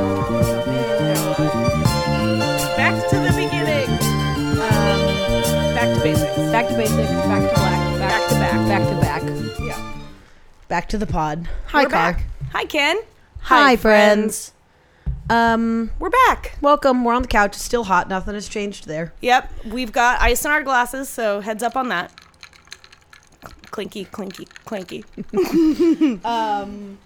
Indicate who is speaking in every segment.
Speaker 1: Um,
Speaker 2: Back to the pod. Hi,
Speaker 1: We're
Speaker 2: Car.
Speaker 1: back. Hi, Ken.
Speaker 2: Hi, friends. Um,
Speaker 1: We're back.
Speaker 2: welcome. We're on the couch. It's still hot. Nothing has changed there.
Speaker 1: Yep, we've got ice in our glasses, so heads up on that. Clinky, clinky, clinky.
Speaker 2: Um,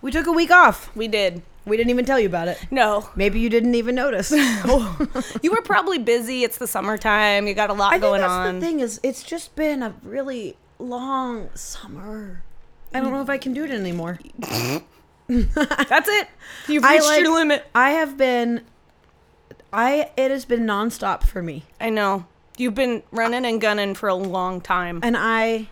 Speaker 2: We took a week off.
Speaker 1: We did.
Speaker 2: We didn't even tell you about it.
Speaker 1: No,
Speaker 2: Maybe you didn't even notice.
Speaker 1: you were probably busy. It's the summertime. You got a lot
Speaker 2: I think
Speaker 1: going
Speaker 2: that's
Speaker 1: on.
Speaker 2: the thing is, it's just been a really long summer. I don't know if I can do it anymore.
Speaker 1: That's it. You've
Speaker 2: I
Speaker 1: reached
Speaker 2: like-
Speaker 1: your limit.
Speaker 2: I have been. I it has been nonstop for me,
Speaker 1: I know. You've been running and gunning for a long time.
Speaker 2: and I.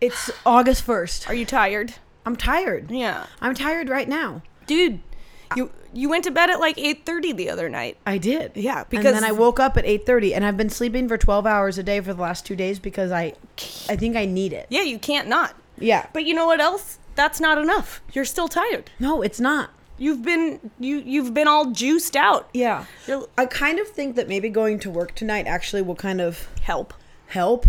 Speaker 2: It's August first.
Speaker 1: Are you tired?
Speaker 2: I'm tired.
Speaker 1: Yeah,
Speaker 2: I'm tired right now.
Speaker 1: dude. You you went to bed at like eight thirty the other night.
Speaker 2: I did.
Speaker 1: Yeah,
Speaker 2: and
Speaker 1: because-
Speaker 2: then I woke up at 8:30 and I've been sleeping for 12 hours a day for the last 2 days because I I think I need it.
Speaker 1: Yeah, you can't not.
Speaker 2: Yeah.
Speaker 1: But you know what else? That's not enough. You're still tired.
Speaker 2: No, it's not.
Speaker 1: You've been you you've been all juiced out.
Speaker 2: Yeah.
Speaker 1: You'll-
Speaker 2: I kind of think that maybe going to work tonight actually will kind of
Speaker 1: Help.
Speaker 2: help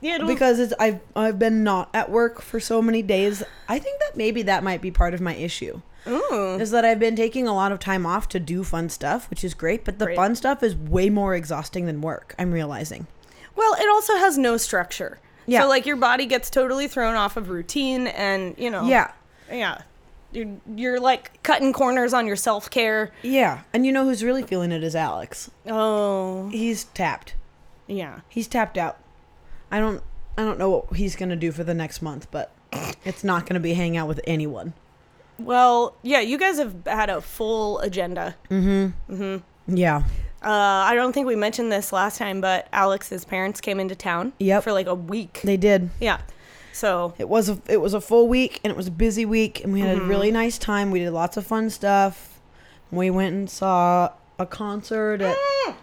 Speaker 1: Yeah, it'll-
Speaker 2: because it's I've I've been not at work for so many days. I think that maybe that might be part of my issue.
Speaker 1: Ooh.
Speaker 2: Is that I've been taking a lot of time off to do fun stuff, which is great, but the
Speaker 1: Great.
Speaker 2: fun stuff is way more exhausting than work, I'm realizing.
Speaker 1: well, it also has no structure.
Speaker 2: Yeah.
Speaker 1: So like your body gets totally thrown off of routine, and you know.
Speaker 2: Yeah.
Speaker 1: Yeah. You're, you're like cutting corners on your self care.
Speaker 2: Yeah. And you know who's really feeling it is Alex.
Speaker 1: Oh.
Speaker 2: He's tapped.
Speaker 1: Yeah.
Speaker 2: he's tapped out. I don't I don't know what he's gonna do for the next month, but it's not gonna be hang out with anyone.
Speaker 1: Well, yeah. You guys have had a full agenda.
Speaker 2: Yeah.
Speaker 1: Uh, I don't think we mentioned this last time, but Alex's parents came into town.
Speaker 2: Yep.
Speaker 1: For like a week.
Speaker 2: They did.
Speaker 1: Yeah. So
Speaker 2: It was a it was a full week and it was a busy week and we had a really nice time. We did lots of fun stuff. We went and saw a concert at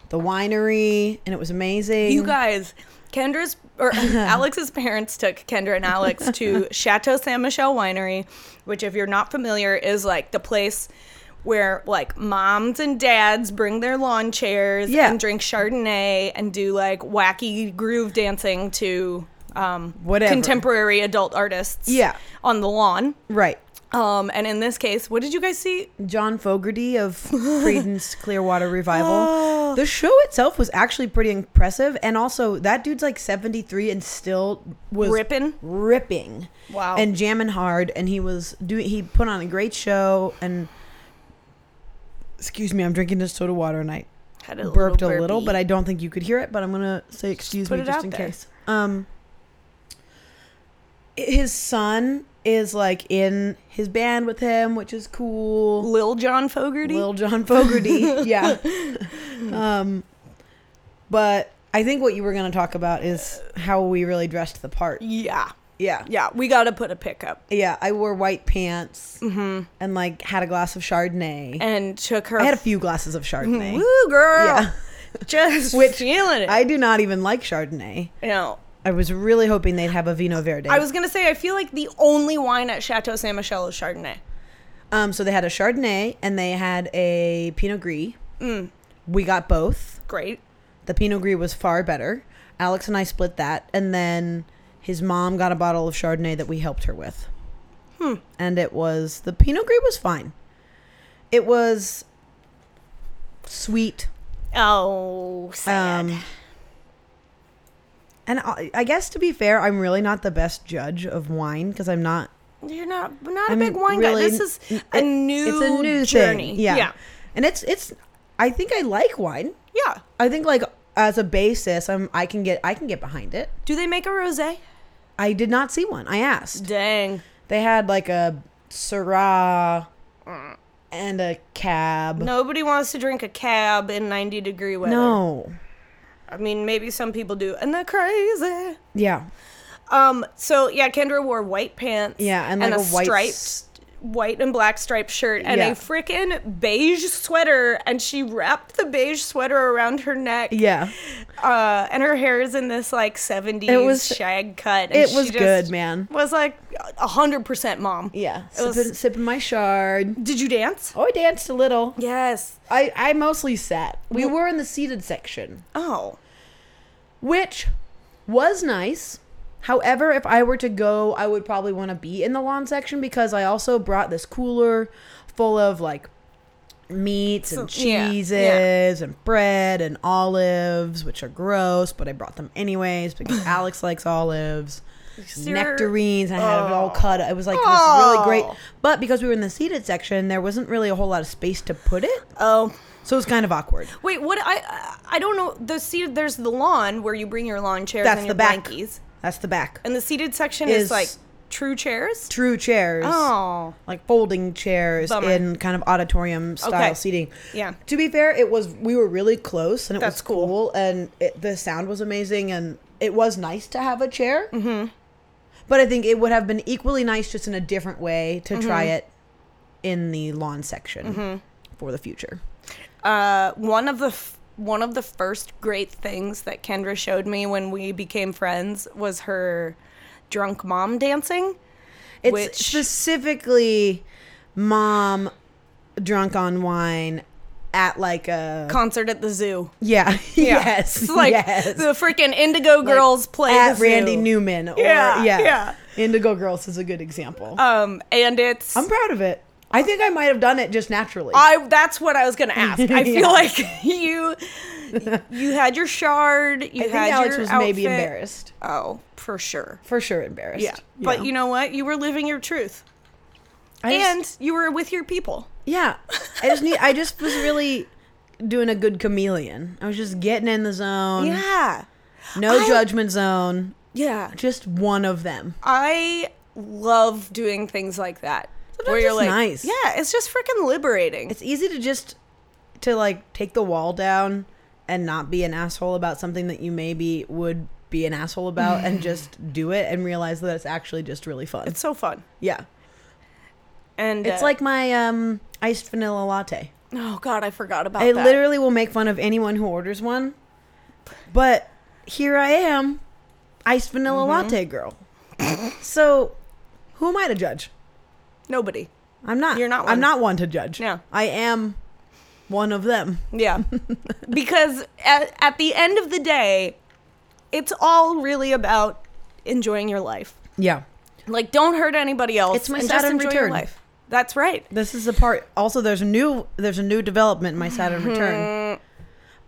Speaker 2: the winery and it was amazing.
Speaker 1: You guys, Kendra's or um, Alex's parents took Kendra and Alex to Chateau Saint Michel Winery, which, if you're not familiar, is like the place where like moms and dads bring their lawn chairs
Speaker 2: Yeah.
Speaker 1: and drink Chardonnay and do like wacky groove dancing to um,
Speaker 2: Whatever.
Speaker 1: contemporary adult artists.
Speaker 2: Yeah.
Speaker 1: on the lawn.
Speaker 2: Right.
Speaker 1: Um, and in this case, what did you guys see?
Speaker 2: John Fogerty of Creedence Clearwater Revival. the show itself was actually pretty impressive, and also that dude's like seventy three and still was
Speaker 1: Rippin'?
Speaker 2: ripping,
Speaker 1: Wow.
Speaker 2: and jamming hard. And he was doing. He put on a great show. And excuse me, I'm drinking this soda water, and I
Speaker 1: Had
Speaker 2: burped a little,
Speaker 1: burpee.
Speaker 2: but I don't think you could hear it. But I'm gonna say excuse
Speaker 1: put
Speaker 2: me
Speaker 1: it
Speaker 2: just
Speaker 1: out
Speaker 2: in
Speaker 1: there.
Speaker 2: case. Um, his son is like in his band with him, which is cool.
Speaker 1: Lil John Fogerty.
Speaker 2: Lil John Fogerty. yeah. Um, but I think what you were going to talk about is how we really dressed the part.
Speaker 1: yeah,
Speaker 2: Yeah.
Speaker 1: yeah. We got to put a pickup.
Speaker 2: Yeah. I wore white pants and like had a glass of Chardonnay.
Speaker 1: Mm-hmm. and took her.
Speaker 2: I had a few glasses of Chardonnay.
Speaker 1: Woo, girl!
Speaker 2: Yeah.
Speaker 1: Just
Speaker 2: Which
Speaker 1: feeling it.
Speaker 2: I do not even like Chardonnay.
Speaker 1: you know,
Speaker 2: I was really hoping they'd have a Vino Verde.
Speaker 1: I was gonna say I feel like the only wine at Chateau Saint Michel is Chardonnay.
Speaker 2: um, so they had a Chardonnay and they had a Pinot Gris.
Speaker 1: Mm.
Speaker 2: We got both.
Speaker 1: Great.
Speaker 2: The Pinot Gris was far better. Alex and I split that, and then his mom got a bottle of Chardonnay that we helped her with. Hmm. And it was the Pinot Gris was fine. It was sweet.
Speaker 1: Oh, sad.
Speaker 2: Um, and I, I guess to be fair, I'm really not the best judge of wine because I'm not.
Speaker 1: You're not not a
Speaker 2: I'm
Speaker 1: big wine guy.
Speaker 2: really-
Speaker 1: This is
Speaker 2: it-
Speaker 1: a new
Speaker 2: It's a new
Speaker 1: journey.
Speaker 2: thing. Yeah.
Speaker 1: yeah,
Speaker 2: And it's it's. I think I like wine.
Speaker 1: yeah.
Speaker 2: I think like as a basis, I'm I can get I can get behind it.
Speaker 1: Do they make a rosé?
Speaker 2: I did not see one. I asked.
Speaker 1: Dang.
Speaker 2: They had like a Syrah and a cab.
Speaker 1: Nobody wants to drink a cab in 90 degree weather.
Speaker 2: No.
Speaker 1: I mean, maybe some people do, and they're crazy.
Speaker 2: Yeah.
Speaker 1: Um. So yeah, Kendra wore white pants.
Speaker 2: Yeah, and, like, a white
Speaker 1: striped,
Speaker 2: s-
Speaker 1: white and black striped shirt, and
Speaker 2: Yeah.
Speaker 1: a freaking beige sweater, and she wrapped the beige sweater around her neck.
Speaker 2: Yeah.
Speaker 1: Uh, and her hair is in this like '70s
Speaker 2: It was-
Speaker 1: shag cut. and
Speaker 2: it
Speaker 1: she
Speaker 2: was
Speaker 1: just
Speaker 2: good, man.
Speaker 1: Was like hundred percent mom.
Speaker 2: Yeah.
Speaker 1: It was-
Speaker 2: Sipping, sipping my shard.
Speaker 1: Did you dance?
Speaker 2: Oh, I danced a little.
Speaker 1: Yes.
Speaker 2: I, I mostly sat. We were in the seated section,
Speaker 1: Oh.
Speaker 2: which was nice. However, if I were to go, I would probably want to be in the lawn section because I also brought this cooler full of like meats and
Speaker 1: So- yeah,
Speaker 2: cheeses
Speaker 1: yeah.
Speaker 2: and bread and olives, which are gross, but I brought them anyways because Alex likes olives.
Speaker 1: Sir-
Speaker 2: Nectarines, I had it all
Speaker 1: Oh.
Speaker 2: cut. It was like this really
Speaker 1: Oh.
Speaker 2: great, but because we were in the seated section, there wasn't really a whole lot of space to put it,
Speaker 1: Oh,
Speaker 2: so it was kind of awkward.
Speaker 1: wait. What I I don't know. The seat there's the lawn where you bring your lawn chairs
Speaker 2: That's
Speaker 1: and your
Speaker 2: the back.
Speaker 1: blankies,
Speaker 2: That's the back.
Speaker 1: and the seated section
Speaker 2: Is-
Speaker 1: is like true chairs.
Speaker 2: True chairs.
Speaker 1: Oh,
Speaker 2: like folding chairs
Speaker 1: Bummer.
Speaker 2: in kind of auditorium style
Speaker 1: Okay.
Speaker 2: seating.
Speaker 1: Yeah.
Speaker 2: To be fair, it was we were really close and it was
Speaker 1: That's
Speaker 2: cool,
Speaker 1: cool.
Speaker 2: and it, the sound was amazing and it was nice to have a chair. Mm-hmm. But I think it would have been equally nice just in a different way to
Speaker 1: Mm-hmm.
Speaker 2: try it in the lawn section
Speaker 1: Mm-hmm.
Speaker 2: for the future.
Speaker 1: uh, one of the f- one of the first great things that Kendra showed me when we became friends was her drunk mom dancing.
Speaker 2: It's
Speaker 1: Which-
Speaker 2: specifically mom drunk on wine at like a
Speaker 1: concert at the zoo.
Speaker 2: Uh-huh. yeah, yes
Speaker 1: It's like
Speaker 2: yes.
Speaker 1: the freaking Indigo Girls play
Speaker 2: at
Speaker 1: the
Speaker 2: Randy
Speaker 1: zoo.
Speaker 2: Newman. Or, yeah,
Speaker 1: Yeah,
Speaker 2: yeah,
Speaker 1: yeah.
Speaker 2: Indigo Girls is a good example.
Speaker 1: Um, and it's
Speaker 2: I'm proud of it. I think I might have done it just naturally.
Speaker 1: I. That's what I was gonna ask. I feel
Speaker 2: Yeah.
Speaker 1: like you you had your shard. You
Speaker 2: I think
Speaker 1: had
Speaker 2: Alex
Speaker 1: your
Speaker 2: was maybe
Speaker 1: outfit.
Speaker 2: embarrassed,
Speaker 1: Oh, for sure.
Speaker 2: for sure embarrassed.
Speaker 1: Yeah, but you know what? You were living your truth,
Speaker 2: I just-
Speaker 1: and you were with your people.
Speaker 2: yeah, I just need. I just was really doing a good chameleon. I was just getting in the zone.
Speaker 1: Yeah,
Speaker 2: No
Speaker 1: I-
Speaker 2: judgment zone.
Speaker 1: yeah.
Speaker 2: Just one of them.
Speaker 1: I love doing things like that.
Speaker 2: Sometimes it's nice.
Speaker 1: yeah, it's just freaking liberating.
Speaker 2: It's easy to just to like take the wall down and not be an asshole about something that you maybe would be an asshole about and just do it and realize that it's actually just really fun.
Speaker 1: It's so fun.
Speaker 2: Yeah.
Speaker 1: And
Speaker 2: It's
Speaker 1: uh,
Speaker 2: like my um, iced vanilla latte.
Speaker 1: oh god, I forgot about
Speaker 2: I
Speaker 1: that.
Speaker 2: literally will make fun of anyone who orders one, but here I am, iced vanilla
Speaker 1: Mm-hmm.
Speaker 2: latte girl. so, who am I to judge?
Speaker 1: nobody.
Speaker 2: I'm not.
Speaker 1: You're not
Speaker 2: I'm
Speaker 1: one.
Speaker 2: not one to judge.
Speaker 1: No.
Speaker 2: I am one of them.
Speaker 1: Yeah, because at, at the end of the day, it's all really about enjoying your life.
Speaker 2: Yeah.
Speaker 1: Like, don't hurt anybody else.
Speaker 2: It's my
Speaker 1: and just
Speaker 2: Saturn
Speaker 1: enjoy your
Speaker 2: return.
Speaker 1: life. That's right.
Speaker 2: This is the part. Also, there's a new there's a new development in my Saturn return.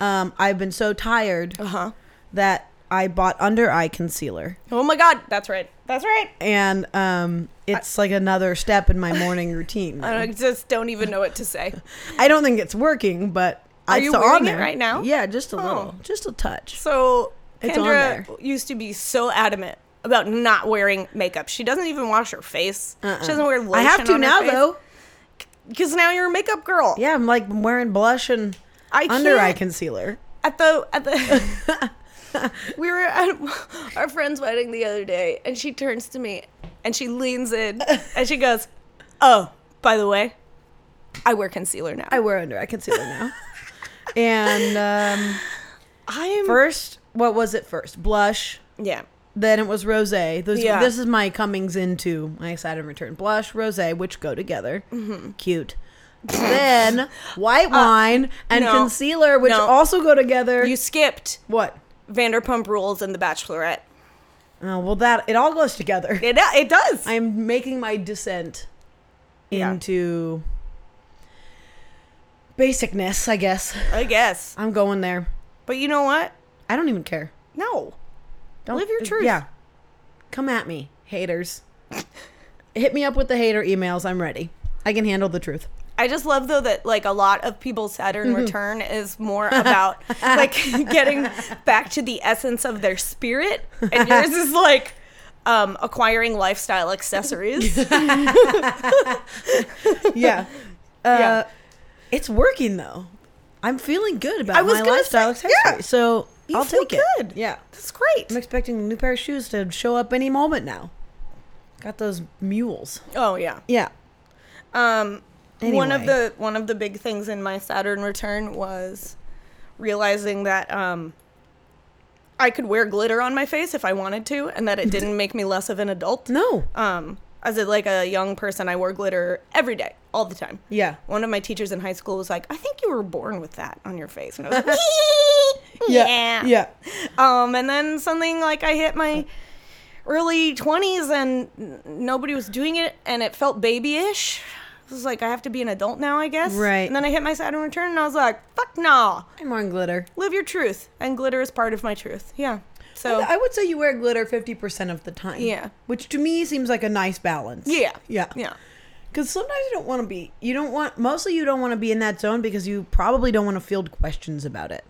Speaker 2: Um, I've been so tired
Speaker 1: Uh huh.
Speaker 2: that I bought under eye concealer.
Speaker 1: Oh my god, that's right. That's right.
Speaker 2: and um, it's like another step in my morning routine.
Speaker 1: I
Speaker 2: I
Speaker 1: don't- just don't even know what to say.
Speaker 2: don't think it's working, but
Speaker 1: Are
Speaker 2: it's
Speaker 1: you
Speaker 2: on
Speaker 1: wearing it
Speaker 2: there.
Speaker 1: right now?
Speaker 2: Yeah, just a
Speaker 1: Oh.
Speaker 2: little, just a touch.
Speaker 1: So
Speaker 2: It's on
Speaker 1: Kendra used to be so adamant about not wearing makeup. She doesn't even wash her face. She doesn't wear
Speaker 2: Uh-uh. I
Speaker 1: lotion.
Speaker 2: have to now though.
Speaker 1: because now you're a makeup girl.
Speaker 2: Yeah, I'm like I'm wearing blush and
Speaker 1: I
Speaker 2: under eye
Speaker 1: can't-
Speaker 2: concealer.
Speaker 1: at the at the we were at our friend's wedding the other day and she turns to me and she leans in and she goes oh by the way i wear concealer now
Speaker 2: I wear under eye concealer now. and um,
Speaker 1: i'm
Speaker 2: first, what was it first? Blush.
Speaker 1: yeah
Speaker 2: Then it was rose. Those,
Speaker 1: Yeah.
Speaker 2: This is my comings into my Saturn return. Blush, rose, which go together.
Speaker 1: Mm-hmm.
Speaker 2: Cute. then white wine and
Speaker 1: Uh, no.
Speaker 2: concealer, which
Speaker 1: No.
Speaker 2: also go together.
Speaker 1: you skipped
Speaker 2: what?
Speaker 1: vanderpump rules and the bachelorette
Speaker 2: Oh, well, that it all goes together.
Speaker 1: it, it does
Speaker 2: I'm making my descent
Speaker 1: Yeah.
Speaker 2: into basicness, I guess.
Speaker 1: i guess
Speaker 2: I'm going there.
Speaker 1: but you know what
Speaker 2: I don't even care.
Speaker 1: no
Speaker 2: Don't
Speaker 1: Live your
Speaker 2: uh,
Speaker 1: truth.
Speaker 2: Yeah. Come at me, haters. Hit me up with the hater emails. I'm ready. I can handle the truth.
Speaker 1: I just love though that like a lot of people's Saturn
Speaker 2: Mm-hmm.
Speaker 1: return is more about like getting back to the essence of their spirit, and yours is like um, acquiring lifestyle accessories.
Speaker 2: Yeah. uh,
Speaker 1: Yeah.
Speaker 2: It's working though. I'm feeling good about
Speaker 1: I was
Speaker 2: my
Speaker 1: gonna
Speaker 2: lifestyle
Speaker 1: say,
Speaker 2: accessory.
Speaker 1: yeah.
Speaker 2: So
Speaker 1: You
Speaker 2: I'll
Speaker 1: feel
Speaker 2: take it.
Speaker 1: good.
Speaker 2: Yeah.
Speaker 1: That's
Speaker 2: I'm
Speaker 1: great.
Speaker 2: expecting a new pair of shoes to show up any moment now. Got those mules.
Speaker 1: Oh yeah.
Speaker 2: Yeah.
Speaker 1: Um, One
Speaker 2: Anyway.
Speaker 1: of the one of the big things in my Saturn return was realizing that um, I could wear glitter on my face if I wanted to, and that it didn't make me less of an adult.
Speaker 2: No.
Speaker 1: Um, as a, like a young person, I wore glitter every day, all the time.
Speaker 2: Yeah.
Speaker 1: one of my teachers in high school was like, "I think you were born with that on your face," and I was like, "Yeah,
Speaker 2: Yeah.
Speaker 1: Um, and then something like I hit my early 20s and n- nobody was doing it and it felt babyish. It was like, I have to be an adult now, I guess.
Speaker 2: Right.
Speaker 1: And then I hit my Saturn return and I was like, fuck no.
Speaker 2: I'm wearing glitter.
Speaker 1: Live your truth. And glitter is part of my truth. Yeah. So,
Speaker 2: I would say you wear glitter 50% of the time.
Speaker 1: Yeah.
Speaker 2: Which to me seems like a nice balance.
Speaker 1: yeah.
Speaker 2: Yeah.
Speaker 1: Yeah.
Speaker 2: Because sometimes you don't want to be, you don't want, mostly you don't want to be in that zone because you probably don't want to field questions about it.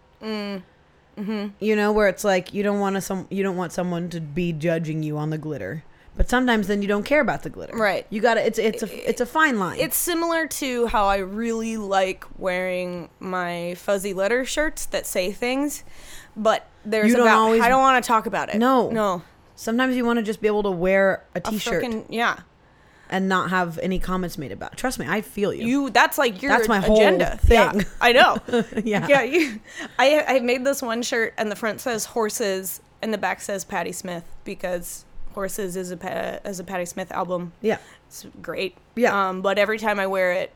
Speaker 2: Mm. Mm-hmm. You know, where it's like you don't want to some, you don't want someone to be judging you on the glitter. But sometimes then you don't care about the glitter.
Speaker 1: Right.
Speaker 2: You gotta, it's, it's a, it's a fine line.
Speaker 1: It's similar to how I really like wearing my fuzzy letter shirts that say things, but there's
Speaker 2: You don't
Speaker 1: about
Speaker 2: always-
Speaker 1: I don't want to talk about it.
Speaker 2: No.
Speaker 1: no,
Speaker 2: sometimes you want to just be able to wear a
Speaker 1: A
Speaker 2: t-shirt
Speaker 1: frickin- yeah,
Speaker 2: and not have any comments made about it. Trust me, I feel you.
Speaker 1: you. That's like your
Speaker 2: That's my whole
Speaker 1: agenda Yeah,
Speaker 2: thing.
Speaker 1: I know.
Speaker 2: Yeah.
Speaker 1: yeah. You, I I made this one shirt, and the front says horses, and the back says Patti Smith because horses is a Pa- is a Patti Smith album.
Speaker 2: Yeah.
Speaker 1: It's great.
Speaker 2: Yeah.
Speaker 1: Um, but every time I wear it,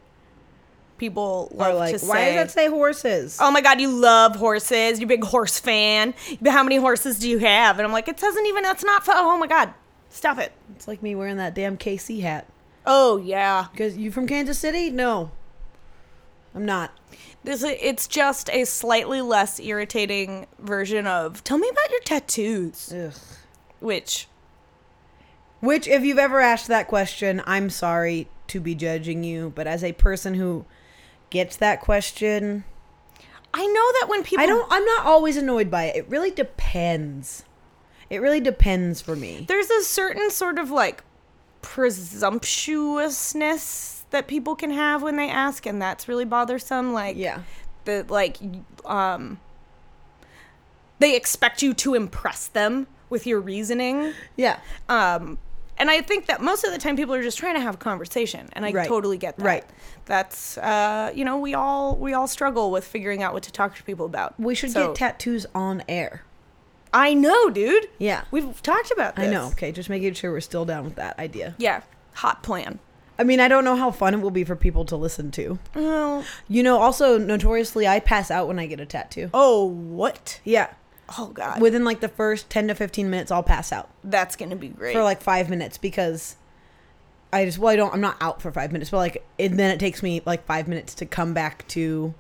Speaker 1: people
Speaker 2: Or
Speaker 1: love
Speaker 2: like,
Speaker 1: to
Speaker 2: why
Speaker 1: say,
Speaker 2: does that say horses?
Speaker 1: oh my god you love horses you big horse fan But how many horses do you have and i'm like it doesn't even that's not fu- oh my god stop it
Speaker 2: It's like me wearing that damn KC hat.
Speaker 1: oh yeah
Speaker 2: Because you from Kansas City? No. I'm not.
Speaker 1: this i- it's just a slightly less irritating version of tell me about your tattoos
Speaker 2: Ugh.
Speaker 1: which
Speaker 2: Which, if you've ever asked that question, I'm sorry to be judging you, but as a person who gets that question,
Speaker 1: i know that when people
Speaker 2: I don't. I'm not always annoyed by it. It really depends. It really depends for me.
Speaker 1: there's a certain sort of like presumptuousness that people can have when they ask and that's really bothersome like
Speaker 2: Yeah.
Speaker 1: that like y- um they expect you to impress them with your reasoning
Speaker 2: Yeah.
Speaker 1: um and i think that most of the time people are just trying to have a conversation and i
Speaker 2: Right.
Speaker 1: totally get that
Speaker 2: Right.
Speaker 1: that's uh you know we all we all struggle with figuring out what to talk to people about
Speaker 2: We should
Speaker 1: So-
Speaker 2: get tattoos on air.
Speaker 1: i know dude
Speaker 2: Yeah.
Speaker 1: we've talked about this
Speaker 2: I know. Okay. Just making sure we're still down with that idea.
Speaker 1: yeah hot plan
Speaker 2: I mean, I don't know how fun it will be for people to listen to.
Speaker 1: oh,
Speaker 2: You know, also, notoriously, I pass out when I get a tattoo.
Speaker 1: oh what
Speaker 2: Yeah.
Speaker 1: oh god
Speaker 2: within like the first 10 to 15 minutes i'll pass out
Speaker 1: that's gonna be great
Speaker 2: for like five minutes because i just well i don't i'm not out for five minutes but like and then it takes me like five minutes to come back to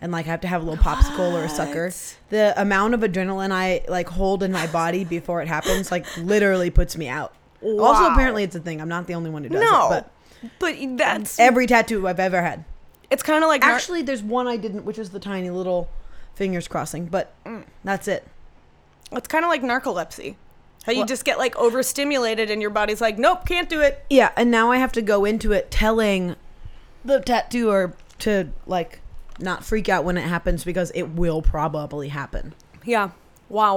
Speaker 2: and like i have to have a little popsicle or a sucker
Speaker 1: What?
Speaker 2: the amount of adrenaline i like hold in my body before it happens like literally puts me out also
Speaker 1: Wow.
Speaker 2: apparently it's a thing i'm not the only one who does
Speaker 1: no
Speaker 2: it but
Speaker 1: but that's
Speaker 2: every tattoo i've ever had
Speaker 1: it's kind of like nar-
Speaker 2: actually there's one i didn't which is the tiny little fingers crossing but Mm. that's it
Speaker 1: It's kind of like narcolepsy. How you
Speaker 2: What?
Speaker 1: just get like overstimulated and your body's like, nope, can't do it.
Speaker 2: Yeah, and now I have to go into it telling the tattooer to like not freak out when it happens because it will probably happen.
Speaker 1: Yeah. Wow.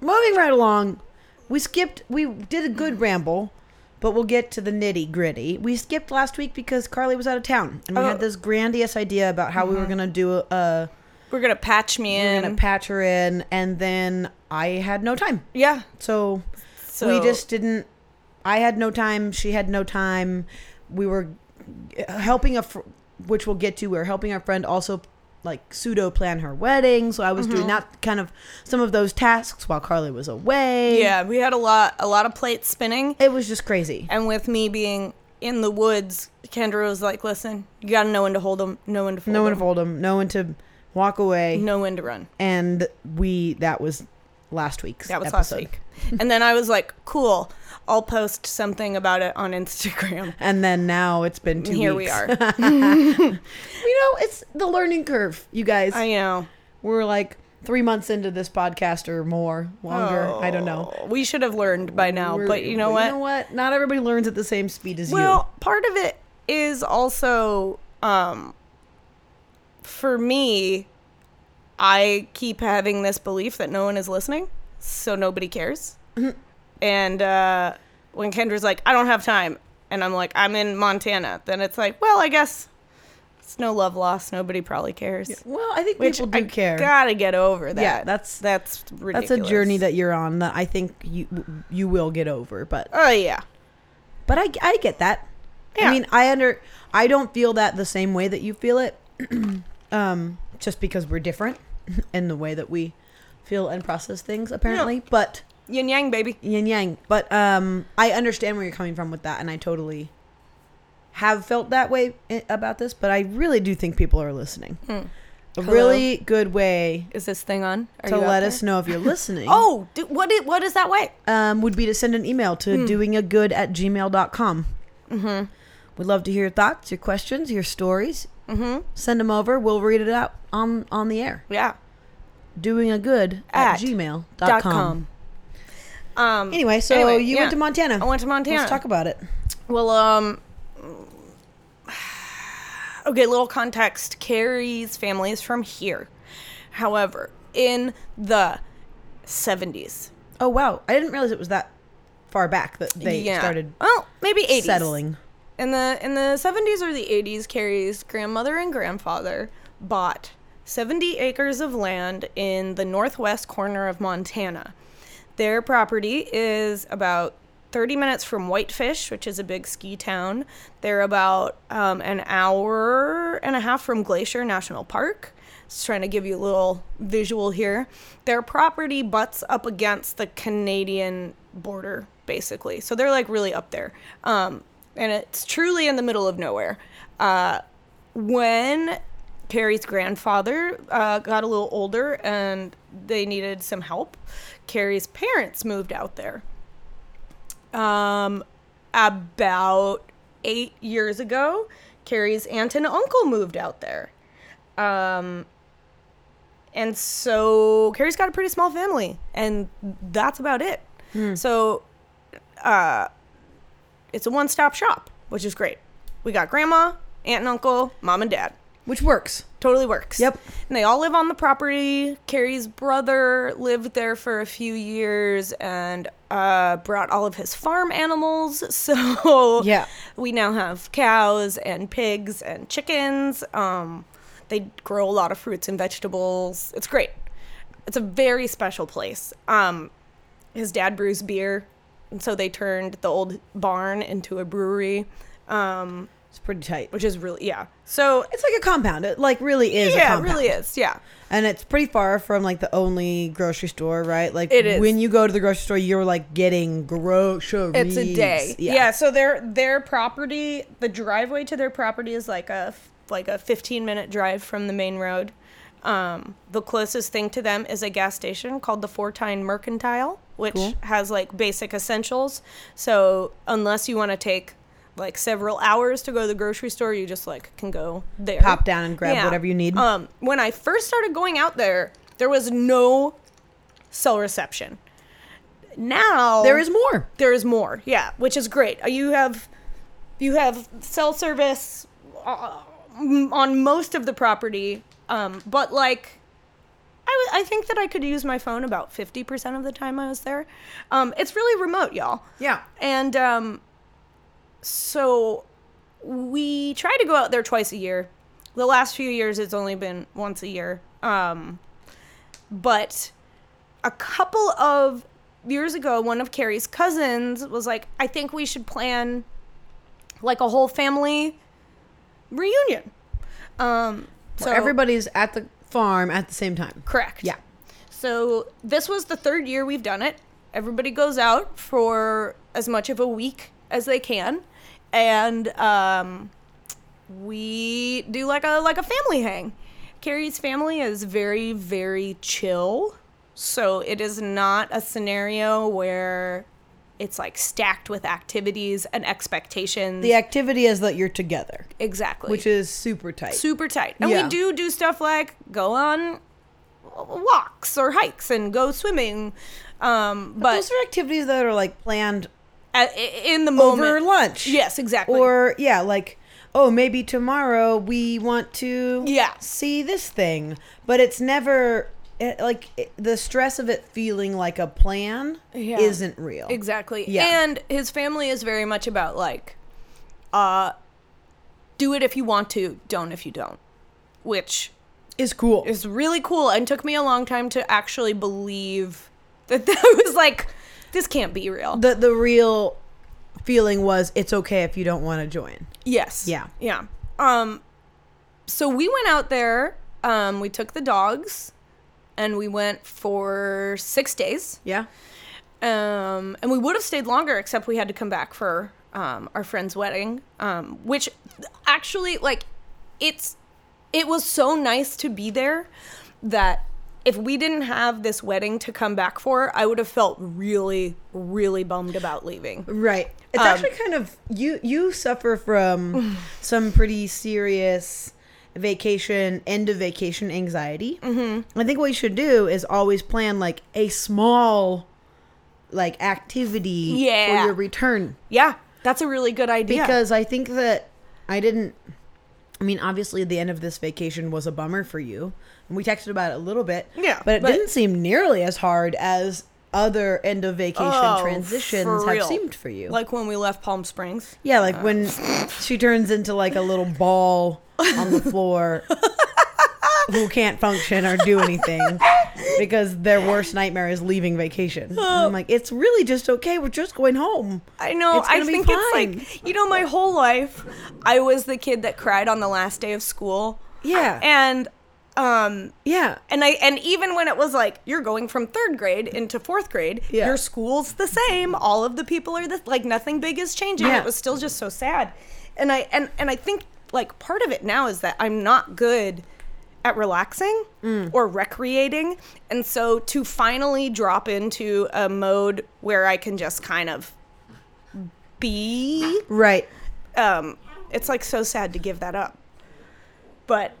Speaker 2: Moving right along, we skipped we did a good ramble, but we'll get to the nitty gritty. We skipped last week because Carly was out of town and we
Speaker 1: Oh.
Speaker 2: had this grandiose idea about how we were gonna do a, a
Speaker 1: We're going to patch me in.
Speaker 2: gonna patch her in and then I had no time.
Speaker 1: yeah.
Speaker 2: So,
Speaker 1: So-
Speaker 2: we just didn't. I had no time. She had no time. We were helping a, fr- which we'll get to. We were helping our friend also like pseudo plan her wedding. So I was
Speaker 1: Mm-hmm.
Speaker 2: doing that kind of some of those tasks while Carly was away.
Speaker 1: Yeah. We had a lot, a lot of plates spinning.
Speaker 2: it was just crazy.
Speaker 1: And with me being in the woods, Kendra was like, listen, you got to know when to hold them, know when to fold
Speaker 2: No one
Speaker 1: 'em,
Speaker 2: to fold them. No one to walk away.
Speaker 1: know when to run.
Speaker 2: And we that was last week's.
Speaker 1: That was last
Speaker 2: episode.
Speaker 1: week. and then I was like, cool, I'll post something about it on Instagram.
Speaker 2: And then now it's been two
Speaker 1: And here
Speaker 2: weeks.
Speaker 1: we are.
Speaker 2: You know, it's the learning curve, you guys.
Speaker 1: I know.
Speaker 2: We're like three months into this podcast or more, longer. I don't know.
Speaker 1: Oh, We should have learned by now,
Speaker 2: We're-
Speaker 1: Oh, but you know what?
Speaker 2: You know what? Not everybody learns at the same speed as
Speaker 1: Well, part of it is also um, for me, I keep having this belief that no one is listening, so nobody cares. and uh, when Kendra's like, I don't have time, and I'm like, I'm in Montana, then it's like, well, I guess it's no love lost. Nobody probably cares.
Speaker 2: you. Well, I think
Speaker 1: Which
Speaker 2: people do
Speaker 1: I
Speaker 2: care.
Speaker 1: Gotta get over that.
Speaker 2: that's-
Speaker 1: that's
Speaker 2: That's
Speaker 1: ridiculous.
Speaker 2: a journey that you're on that I think you you will get over. But
Speaker 1: Oh yeah.
Speaker 2: but I, I get that.
Speaker 1: Yeah.
Speaker 2: I mean, I under I don't feel that the same way that you feel it. um, just because we're different in the way that we feel and process things, apparently. But
Speaker 1: Yin yang, baby.
Speaker 2: yin yang. But um, I understand where you're coming from with that, and I totally have felt that way i- about this. But I really do think people are listening. A
Speaker 1: Hmm. Hello?
Speaker 2: really good way
Speaker 1: Is this thing on? Are
Speaker 2: to
Speaker 1: you out
Speaker 2: let
Speaker 1: there?
Speaker 2: us know if you're listening
Speaker 1: Oh, do, what is, what is that way?
Speaker 2: um, would be to send an email to
Speaker 1: Hmm.
Speaker 2: doingagood at gmail.com.
Speaker 1: Mm-hmm.
Speaker 2: We'd love to hear your thoughts, your questions, your stories. Mm-hmm. Send them over. We'll read it out on, on the air.
Speaker 1: Yeah.
Speaker 2: Doingagood at,
Speaker 1: At
Speaker 2: gmail
Speaker 1: Dot
Speaker 2: dot com.
Speaker 1: Um.
Speaker 2: Anyway, so
Speaker 1: Anyway,
Speaker 2: you
Speaker 1: yeah.
Speaker 2: went to Montana.
Speaker 1: I went to Montana.
Speaker 2: Let's talk about it.
Speaker 1: Well, um, okay, little context. Carrie's family is from here. However, in the 70s,
Speaker 2: Oh, wow. I didn't realize it was that far back that they
Speaker 1: yeah.
Speaker 2: started
Speaker 1: Well, maybe 80s.
Speaker 2: settling.
Speaker 1: In the in the 70s or the 80s, Carrie's grandmother and grandfather bought 70 acres of land in the northwest corner of Montana. Their property is about 30 minutes from Whitefish, which is a big ski town. They're about um, an hour and a half from Glacier National Park. Just trying to give you a little visual here. Their property butts up against the Canadian border, basically. So they're like really up there. Um, and it's truly in the middle of nowhere. Uh, when Carrie's grandfather uh, got a little older and they needed some help, Carrie's parents moved out there. Um, about eight years ago, Carrie's aunt and uncle moved out there. Um, and so Carrie's got a pretty small family, and that's about it.
Speaker 2: Hmm.
Speaker 1: So uh, it's a one stop shop, which is great. We got grandma, aunt and uncle, mom and dad.
Speaker 2: Which works.
Speaker 1: Totally works.
Speaker 2: Yep.
Speaker 1: And they all live on the property. Carrie's brother lived there for a few years and uh, brought all of his farm animals. So
Speaker 2: Yeah.
Speaker 1: we now have cows and pigs and chickens. Um, they grow a lot of fruits and vegetables. It's great. It's a very special place. Um, his dad brews beer, and so they turned the old barn into a brewery, um,
Speaker 2: It's pretty tight.
Speaker 1: which is really yeah. So
Speaker 2: It's like a compound. It like really is a
Speaker 1: yeah, it
Speaker 2: compound.
Speaker 1: really is. Yeah.
Speaker 2: And it's pretty far from like the only grocery store, right? Like
Speaker 1: It is.
Speaker 2: when you go to the grocery store, you're like getting groceries.
Speaker 1: It's a day. Yeah. so their their property, the driveway to their property is like a f- like a 15 minute drive from the main road. Um, the closest thing to them is a gas station called the Fortine Mercantile, which
Speaker 2: Cool.
Speaker 1: has like basic essentials. So unless you want to take like several hours to go to the grocery store, you just like can go there.
Speaker 2: Pop down and grab whatever you need.
Speaker 1: Um, when I first started going out there, there was no cell reception. Now
Speaker 2: There is more.
Speaker 1: there is more yeah which is great Uh, you have you have cell service uh, m- on most of the property um, but like I, w- I think that i could use my phone about 50% of the time i was there um, it's really remote y'all
Speaker 2: Yeah.
Speaker 1: and um, so we try to go out there twice a year. The last few years, it's only been once a year. Um, but a couple of years ago, one of Carrie's cousins was like, I think we should plan like a whole family reunion. Um, so
Speaker 2: So everybody's at the farm at the same time.
Speaker 1: Correct.
Speaker 2: Yeah.
Speaker 1: So this was the third year we've done it. Everybody goes out for as much of a week as they can, and um, we do like a like a family hang. Carrie's family is very very chill, so it is not a scenario where it's like stacked with activities and expectations.
Speaker 2: The activity is that you're together,
Speaker 1: exactly
Speaker 2: which is super tight.
Speaker 1: super tight. And
Speaker 2: Yeah.
Speaker 1: we do do stuff like go on walks or hikes and go swimming. Um, but
Speaker 2: Those are activities that are like planned
Speaker 1: a- i- in the
Speaker 2: over
Speaker 1: moment,
Speaker 2: lunch.
Speaker 1: Yes, exactly.
Speaker 2: Or yeah, like oh maybe tomorrow we want to
Speaker 1: Yeah.
Speaker 2: see this thing, but it's never eh, like it- the stress of it feeling like a plan
Speaker 1: Yeah.
Speaker 2: isn't real.
Speaker 1: exactly.
Speaker 2: Yeah.
Speaker 1: And his family is very much about like, uh, do it if you want to, don't if you don't, which
Speaker 2: It's cool.
Speaker 1: is really cool and took me a long time to actually believe that that was like, this can't be real.
Speaker 2: the the real feeling was it's okay if you don't want to join.
Speaker 1: Yes.
Speaker 2: Yeah.
Speaker 1: Yeah. Um so we went out there, um we took the dogs and we went for 6 days.
Speaker 2: Yeah.
Speaker 1: Um, and we would have stayed longer, except we had to come back for um, our friend's wedding, um, which actually, like, it's it was so nice to be there that if we didn't have this wedding to come back for, I would have felt really, really bummed about leaving.
Speaker 2: Right.
Speaker 1: Um,
Speaker 2: It's actually kind of you you suffer from some pretty serious vacation end of vacation anxiety. Mm-hmm. I think what you should do is always plan like a small like activity
Speaker 1: Yeah.
Speaker 2: for your return
Speaker 1: Yeah, that's a really good idea.
Speaker 2: because I think that I didn't I mean obviously the end of this vacation was a bummer for you. And we texted about it a little bit.
Speaker 1: Yeah,
Speaker 2: But it
Speaker 1: but-
Speaker 2: didn't seem nearly as hard as other end of vacation
Speaker 1: Oh,
Speaker 2: transitions
Speaker 1: for
Speaker 2: have
Speaker 1: real.
Speaker 2: seemed for you.
Speaker 1: like when we left Palm Springs.
Speaker 2: Yeah, like when she turns into like a little ball on the floor who can't function or do anything because their worst nightmare is leaving vacation. And I'm like, it's really just okay. We're just going home.
Speaker 1: I know.
Speaker 2: It's
Speaker 1: I
Speaker 2: gonna be
Speaker 1: think it's like you know, my whole life, I was the kid that cried on the last day of school.
Speaker 2: Yeah.
Speaker 1: and um,
Speaker 2: Yeah.
Speaker 1: and I and even when it was like you're going from third grade into fourth grade,
Speaker 2: Yeah.
Speaker 1: your school's the same. All of the people are the like nothing big is changing.
Speaker 2: Yeah.
Speaker 1: It was still just so sad, and I and and I think like part of it now is that I'm not good at relaxing
Speaker 2: Mm.
Speaker 1: or recreating, and so to finally drop into a mode where I can just kind of be
Speaker 2: Right.
Speaker 1: um, it's like so sad to give that up. But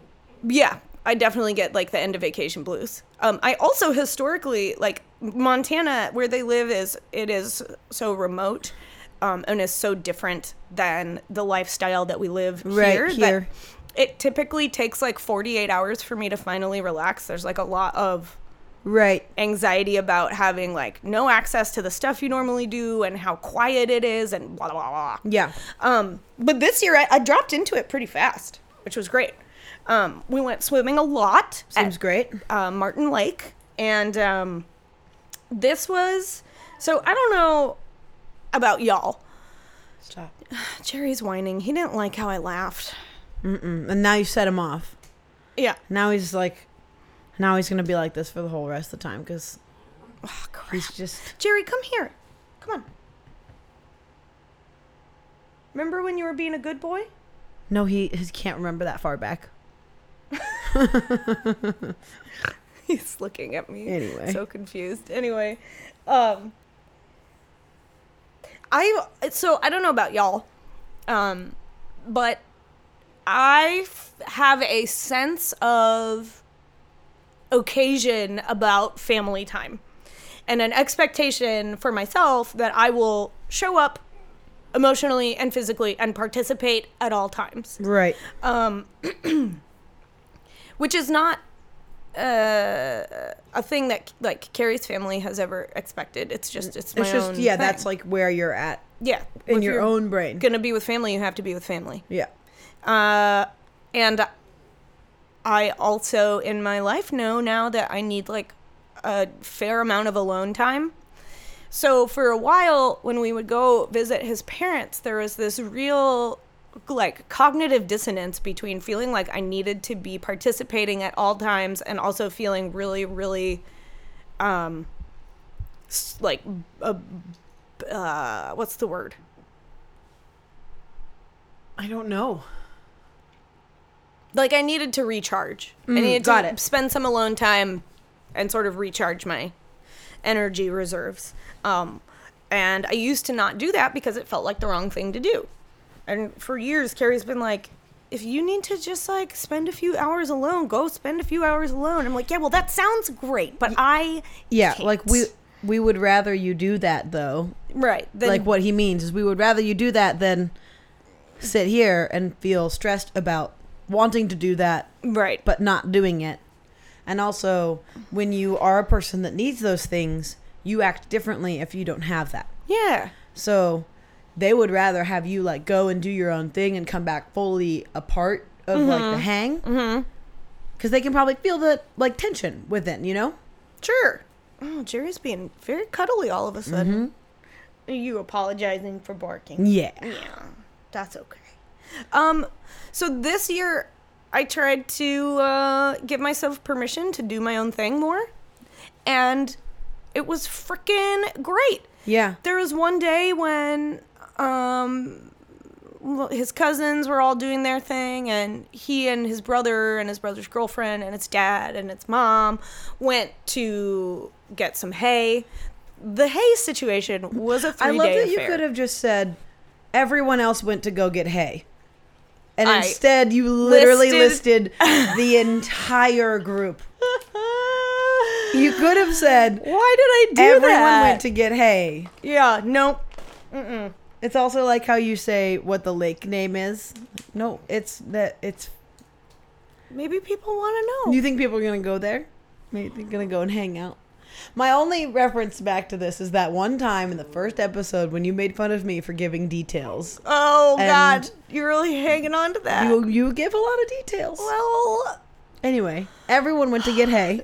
Speaker 1: yeah, I definitely get like the end of vacation blues. Um, I also historically like Montana, where they live is it is so remote. Um, and is so different than the lifestyle that we live
Speaker 2: Right,
Speaker 1: here. that
Speaker 2: here.
Speaker 1: it typically takes like 48 hours for me to finally relax. There's like a lot of
Speaker 2: Right.
Speaker 1: anxiety about having like no access to the stuff you normally do and how quiet it is and blah blah blah. blah.
Speaker 2: Yeah.
Speaker 1: Um, but this year I, I dropped into it pretty fast, which was great. Um, we went swimming a lot
Speaker 2: Seems
Speaker 1: at
Speaker 2: great.
Speaker 1: uh, Martin Lake, and um, this was so I don't know about y'all.
Speaker 2: Stop.
Speaker 1: Jerry's whining. He didn't like how I laughed.
Speaker 2: And now you set him off.
Speaker 1: Yeah.
Speaker 2: Now he's like, now he's going to be like this for the whole rest of the time because
Speaker 1: Oh, crap.
Speaker 2: he's just.
Speaker 1: Jerry, come here. Come on. Remember when you were being a good boy?
Speaker 2: No, he, he can't remember that far back.
Speaker 1: He's looking at me.
Speaker 2: Anyway.
Speaker 1: So confused. Anyway. Um I so I don't know about y'all. Um but I f- have a sense of occasion about family time and an expectation for myself that I will show up emotionally and physically and participate at all times
Speaker 2: Right.
Speaker 1: which is not uh, a thing that like Carrie's family has ever expected. It's just it's my
Speaker 2: It's just,
Speaker 1: own
Speaker 2: yeah,
Speaker 1: thing.
Speaker 2: that's like where you're at
Speaker 1: yeah
Speaker 2: in
Speaker 1: If
Speaker 2: your
Speaker 1: you're
Speaker 2: own brain.
Speaker 1: Gonna be with family, you have to be with family.
Speaker 2: Yeah.
Speaker 1: Uh, and I also in my life know now that I need like a fair amount of alone time. So for a while, when we would go visit his parents, there was this real like cognitive dissonance between feeling like I needed to be participating at all times and also feeling really, really, um, s- like, uh, uh, what's the word?
Speaker 2: I don't know.
Speaker 1: like I needed to recharge. I needed
Speaker 2: Mm, got
Speaker 1: to
Speaker 2: it.
Speaker 1: spend some alone time and sort of recharge my energy reserves. Um, and I used to not do that because it felt like the wrong thing to do. And for years, Carrie's been like, if you need to just like spend a few hours alone, go spend a few hours alone. I'm like, yeah, well, that sounds great, but I
Speaker 2: Yeah,
Speaker 1: can't."
Speaker 2: like we we would rather you do that though.
Speaker 1: right then,
Speaker 2: like what he means is we would rather you do that than sit here and feel stressed about wanting to do that
Speaker 1: right
Speaker 2: but not doing it. And also, when you are a person that needs those things, you act differently if you don't have that.
Speaker 1: yeah
Speaker 2: So, they would rather have you like go and do your own thing and come back fully a part of like the hang. Mm-hmm. Cuz they can probably feel the like tension within, you know?
Speaker 1: sure. Oh, Jerry's being very cuddly all of a sudden.
Speaker 2: Mm-hmm.
Speaker 1: Are you apologizing for barking?
Speaker 2: Yeah.
Speaker 1: Yeah, that's okay. Um, so this year I tried to uh, give myself permission to do my own thing more, and it was freaking great.
Speaker 2: Yeah.
Speaker 1: There was one day when um well, his cousins were all doing their thing and he and his brother and his brother's girlfriend and his dad and his mom went to get some hay. The hay situation was a
Speaker 2: I
Speaker 1: three
Speaker 2: love
Speaker 1: day
Speaker 2: that
Speaker 1: affair.
Speaker 2: you could have just said everyone else went to go get hay. And
Speaker 1: I
Speaker 2: instead you literally listed,
Speaker 1: listed-
Speaker 2: the entire group. You could have said
Speaker 1: Why did I do
Speaker 2: everyone
Speaker 1: that?
Speaker 2: went to get hay.
Speaker 1: Yeah, no.
Speaker 2: It's also like how you say what the lake name is. No, it's that it's
Speaker 1: Maybe people want to know.
Speaker 2: you think people are gonna go there? Maybe they're gonna go and hang out. My only reference back to this is that one time in the first episode when you made fun of me for giving details.
Speaker 1: oh
Speaker 2: And-
Speaker 1: God, you're really hanging on to that.
Speaker 2: You you give a lot of details.
Speaker 1: well,
Speaker 2: Anyway, everyone went to get hay.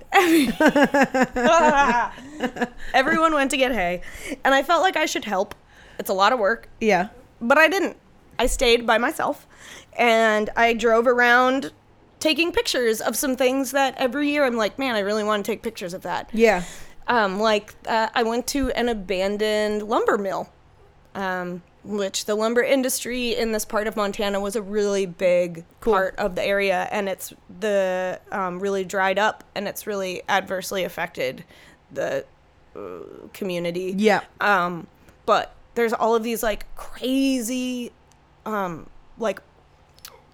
Speaker 1: everyone went to get hay, and I felt like I should help. It's a lot of work,
Speaker 2: Yeah.
Speaker 1: but I didn't. I stayed by myself, and I drove around taking pictures of some things that every year I'm like, man, I really want to take pictures of that.
Speaker 2: Yeah.
Speaker 1: Um, like uh, I went to an abandoned lumber mill, um, which the lumber industry in this part of Montana was a really big part of the area, and it's the um, really dried up, and it's really adversely affected the uh, community.
Speaker 2: Yeah. Uh,
Speaker 1: Um, but there's all of these like crazy, um, like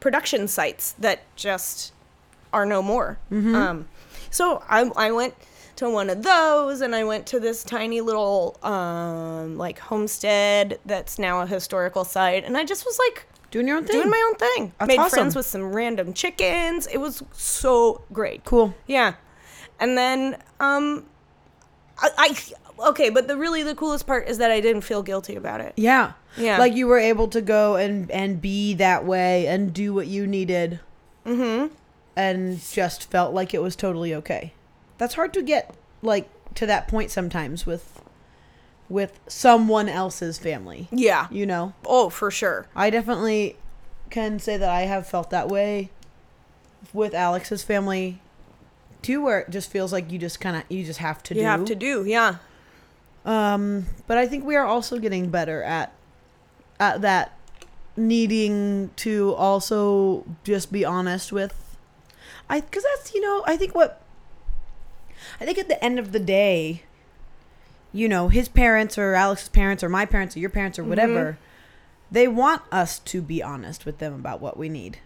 Speaker 1: production sites that just are no more.
Speaker 2: Mm-hmm.
Speaker 1: Um, so I, I went to one of those and I went to this tiny little um, like homestead that's now a historical site. And I just was like
Speaker 2: Doing your own thing.
Speaker 1: doing my own thing.
Speaker 2: That's
Speaker 1: Made
Speaker 2: awesome.
Speaker 1: friends with some random chickens. It was so great.
Speaker 2: Cool.
Speaker 1: Yeah. And then, um, I, I okay, but the really the coolest part is that I didn't feel guilty about it.
Speaker 2: Yeah.
Speaker 1: Yeah.
Speaker 2: Like you were able to go and and be that way and do what you needed. Mm-hmm. And just felt like it was totally okay. That's hard to get like to that point sometimes with with someone else's family.
Speaker 1: Yeah.
Speaker 2: You know?
Speaker 1: Oh, for sure.
Speaker 2: I definitely can say that I have felt that way with Alex's family too, where it just feels like you just kind of you just have to
Speaker 1: You
Speaker 2: do.
Speaker 1: have to do. Yeah.
Speaker 2: Um, but I think we are also getting better at at that needing to also just be honest with I cuz that's you know, I think what I think at the end of the day you know, his parents or Alex's parents or my parents or your parents or whatever they want us to be honest with them about what we need.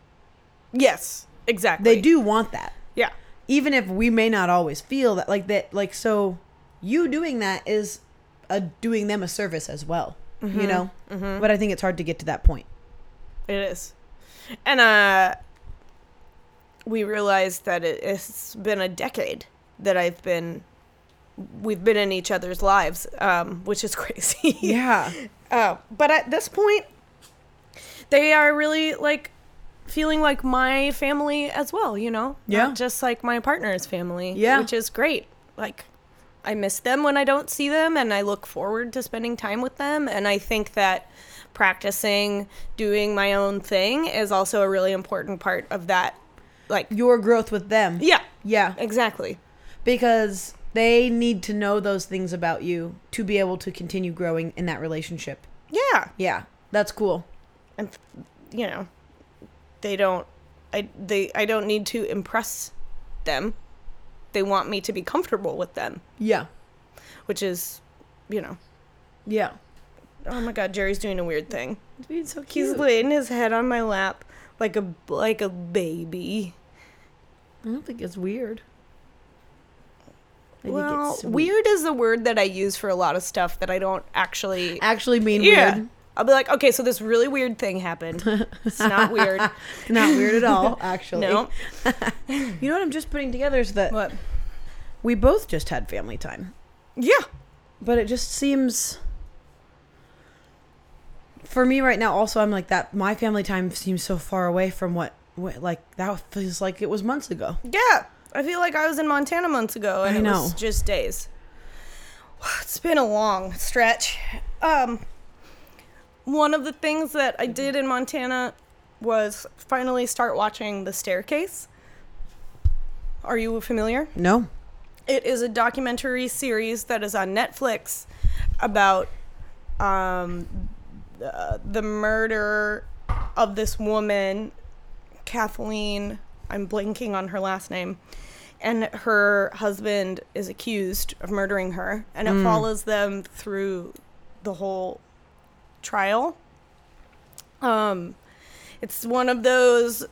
Speaker 1: Yes. Exactly.
Speaker 2: They do want that
Speaker 1: Yeah.
Speaker 2: even if we may not always feel that like that like so you doing that is a, doing them a service as well you know but i think it's hard to get to that point
Speaker 1: It is. And uh we realized that it, it's been a decade that I've been we've been in each other's lives, um, which is crazy.
Speaker 2: yeah
Speaker 1: Uh, but at this point, they are really like feeling like my family as well, you know?
Speaker 2: Yeah.
Speaker 1: Not just like my partner's family.
Speaker 2: Yeah.
Speaker 1: Which is great. Like, I miss them when I don't see them, and I look forward to spending time with them. And I think that practicing doing my own thing is also a really important part of that. Like,
Speaker 2: your growth with them
Speaker 1: yeah,
Speaker 2: yeah
Speaker 1: exactly.
Speaker 2: because they need to know those things about you to be able to continue growing in that relationship
Speaker 1: Yeah.
Speaker 2: yeah that's cool
Speaker 1: and you know they don't i they i don't need to impress them they want me to be comfortable with them
Speaker 2: yeah
Speaker 1: which is you know
Speaker 2: yeah
Speaker 1: oh my god jerry's doing a weird thing
Speaker 2: it's being so
Speaker 1: he's laying his head on my lap like a like a baby
Speaker 2: i don't think it's weird I
Speaker 1: well
Speaker 2: sweet.
Speaker 1: weird is the word that i use for a lot of stuff that i don't actually
Speaker 2: actually mean
Speaker 1: yeah
Speaker 2: weird
Speaker 1: i'll be like okay so this really weird thing happened it's not weird
Speaker 2: not weird at all actually
Speaker 1: no
Speaker 2: You know what I'm just putting together is that
Speaker 1: what
Speaker 2: we both just had family time,
Speaker 1: yeah
Speaker 2: but it just seems for me right now. Also, I'm like that. My family time seems so far away from what, what like that feels like it was months ago.
Speaker 1: Yeah, I feel like I was in Montana months ago, and
Speaker 2: I
Speaker 1: it was
Speaker 2: know.
Speaker 1: just days. It's been a long stretch. Um, one of the things that I did in Montana was finally start watching The Staircase. Are you familiar?
Speaker 2: No,
Speaker 1: It is a documentary series that is on Netflix about um, uh, the murder of this woman, Kathleen. I'm blanking on her last name. And her husband is accused of murdering her, and it follows them through the whole trial. Um, it's one of those.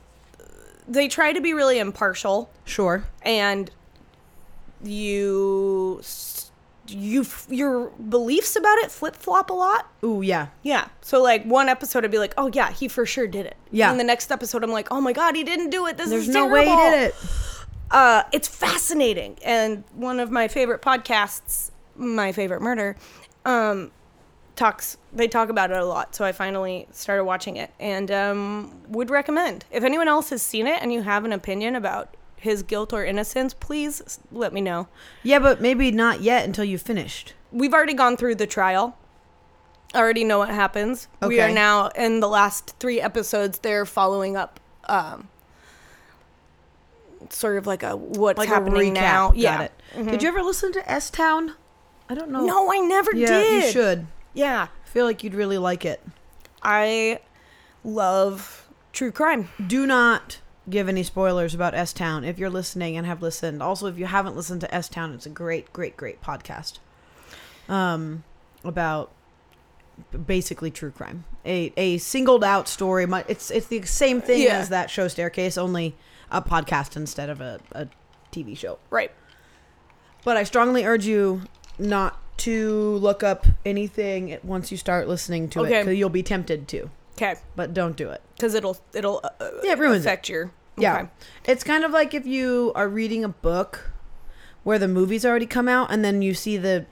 Speaker 1: They try to be really impartial
Speaker 2: Sure.
Speaker 1: and you s- you f- your beliefs about it flip flop a lot.
Speaker 2: Ooh, yeah.
Speaker 1: Yeah. So like one episode I'd be like, "Oh yeah, he for sure did it."
Speaker 2: Yeah.
Speaker 1: And the next episode I'm like, "Oh my god, he didn't do it. This
Speaker 2: There's
Speaker 1: is
Speaker 2: no
Speaker 1: terrible."
Speaker 2: way he did it.
Speaker 1: Uh, it's fascinating and one of my favorite podcasts, my favorite murder, um, talks they talk about it a lot. So I finally started watching it and um, would recommend. If anyone else has seen it and you have an opinion about his guilt or innocence, please s- let me know.
Speaker 2: Yeah, but maybe not yet until you finished.
Speaker 1: We've already gone through the trial. I already know what happens. We are
Speaker 2: Okay.
Speaker 1: now in the last three episodes. They're following up, um, sort of like a what's
Speaker 2: Like
Speaker 1: happening
Speaker 2: a recap.
Speaker 1: now. Mm-hmm.
Speaker 2: Got it. Did you ever listen to S Town? I don't know.
Speaker 1: No, I never
Speaker 2: Oh. Yeah,
Speaker 1: did.
Speaker 2: you should.
Speaker 1: Yeah.
Speaker 2: I feel like you'd really like it.
Speaker 1: I love true crime.
Speaker 2: Do not give any spoilers about S Town if you're listening and have listened. Also, if you haven't listened to S Town, it's a great, great, great podcast. Um, about basically true crime, a a singled out story. Mu- It's it's the same thing
Speaker 1: Yeah.
Speaker 2: as that show Staircase, only a podcast instead of a, a TV show.
Speaker 1: Right.
Speaker 2: But I strongly urge you not to look up anything at- once you start listening to it,
Speaker 1: Okay.
Speaker 2: it because you'll be tempted to.
Speaker 1: Okay.
Speaker 2: But don't do it.
Speaker 1: Cuz it'll it'll uh, uh,
Speaker 2: Yeah, it ruins it.
Speaker 1: affect your
Speaker 2: Yeah.
Speaker 1: Okay.
Speaker 2: It's kind of like if you are reading a book where the movie's already come out and then you see the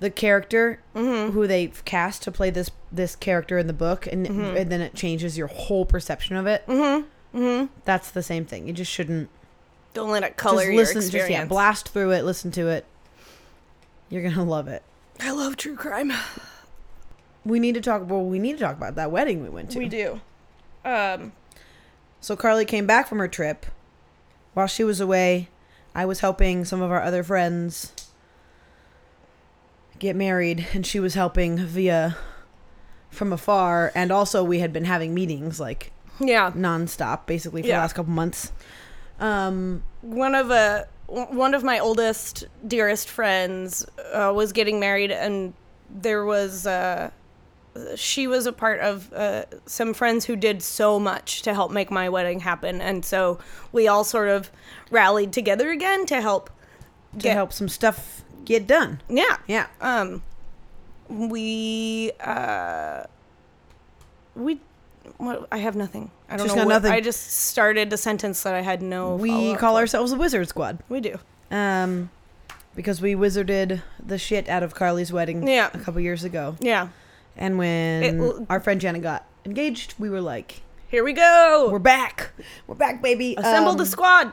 Speaker 2: the character
Speaker 1: Mm-hmm,
Speaker 2: who they've cast to play this this character in the book and,
Speaker 1: Mm-hmm.
Speaker 2: and then it changes your whole perception of it. Mm-hmm. Mm-hmm. That's the same thing. You just shouldn't
Speaker 1: Don't let it color
Speaker 2: just
Speaker 1: your
Speaker 2: listen
Speaker 1: experience.
Speaker 2: just yeah, blast through it, listen to it. You're going to love it.
Speaker 1: I love true crime.
Speaker 2: We need to talk well, we need to talk about that wedding we went to.
Speaker 1: We do. Um
Speaker 2: So Carly came back from her trip. While she was away, I was helping some of our other friends get married, and she was helping via from afar. And also, we had been having meetings like
Speaker 1: yeah,
Speaker 2: nonstop, basically for the
Speaker 1: Yeah.
Speaker 2: last couple months. Um,
Speaker 1: one of a w- one of my oldest dearest friends uh, was getting married and there was uh she was a part of uh, some friends who did so much to help make my wedding happen and so we all sort of rallied together again to help
Speaker 2: to
Speaker 1: Get-
Speaker 2: help some stuff get done.
Speaker 1: yeah
Speaker 2: Yeah,
Speaker 1: um we uh we what, I have nothing. I don't
Speaker 2: She's
Speaker 1: know.
Speaker 2: got
Speaker 1: what-
Speaker 2: nothing.
Speaker 1: I just started a sentence that I had no.
Speaker 2: we
Speaker 1: follow-up
Speaker 2: call
Speaker 1: for.
Speaker 2: ourselves the Wizard Squad.
Speaker 1: We do.
Speaker 2: Um, because we wizarded the shit out of Carly's wedding
Speaker 1: Yeah.
Speaker 2: a couple years ago.
Speaker 1: Yeah.
Speaker 2: And when
Speaker 1: It l-
Speaker 2: our friend Janet got engaged, we were like,
Speaker 1: Here we go.
Speaker 2: "We're back, we're back, baby."
Speaker 1: Assemble the
Speaker 2: Um,
Speaker 1: squad.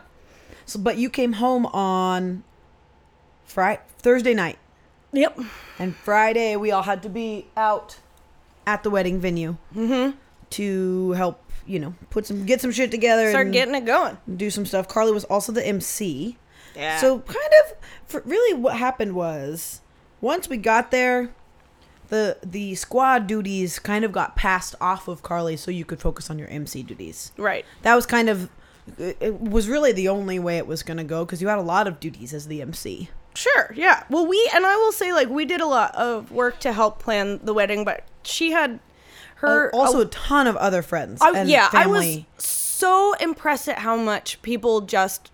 Speaker 2: so, but you came home on Friday, Thursday night,
Speaker 1: Yep.
Speaker 2: and Friday we all had to be out at the wedding venue
Speaker 1: Mm-hmm.
Speaker 2: to help, you know, put some get some shit together,
Speaker 1: Start
Speaker 2: and
Speaker 1: getting it going.
Speaker 2: do some stuff. Carly was also the MC.
Speaker 1: Yeah.
Speaker 2: So kind of for, really what happened was once we got there the the squad duties kind of got passed off of Carly so you could focus on your MC duties.
Speaker 1: Right.
Speaker 2: That was kind of it it was really the only way it was going to go cuz you had a lot of duties as the MC.
Speaker 1: Sure. Yeah. Well, we and I will say like we did a lot of work to help plan the wedding, but she had her
Speaker 2: also a ton of other friends
Speaker 1: Er, I-
Speaker 2: and
Speaker 1: yeah,
Speaker 2: family.
Speaker 1: I was so impressed at how much people just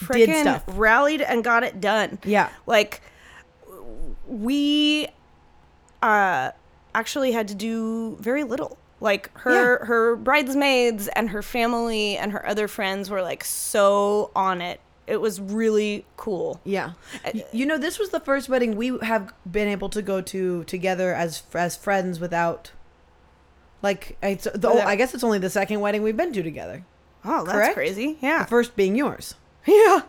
Speaker 2: Did
Speaker 1: freaking
Speaker 2: stuff.
Speaker 1: rallied and got it done.
Speaker 2: Yeah.
Speaker 1: Like we uh actually had to do very little. Like her her bridesmaids and her family and her other friends were like so on it. It was really cool.
Speaker 2: Yeah.
Speaker 1: Uh,
Speaker 2: Y- You know, this was the first wedding we have been able to go to together as as friends without like it's the
Speaker 1: Without-
Speaker 2: I guess it's only the second wedding we've been to together.
Speaker 1: Oh, that's
Speaker 2: Correct?
Speaker 1: crazy.
Speaker 2: The
Speaker 1: Yeah.
Speaker 2: first being yours.
Speaker 1: Yeah.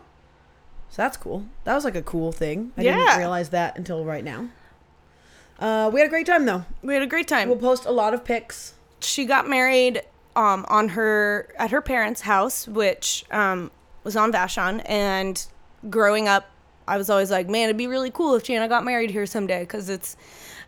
Speaker 2: So that's cool. That was like a cool thing. I
Speaker 1: Yeah.
Speaker 2: didn't realize that until right now. Uh, we had a great time though.
Speaker 1: We had a great time.
Speaker 2: We'll post a lot of pics.
Speaker 1: she got married um, on her at her parents' house, which um, was on Vashon. And growing up, I was always like, man, it'd be really cool if Jana got married here someday because it's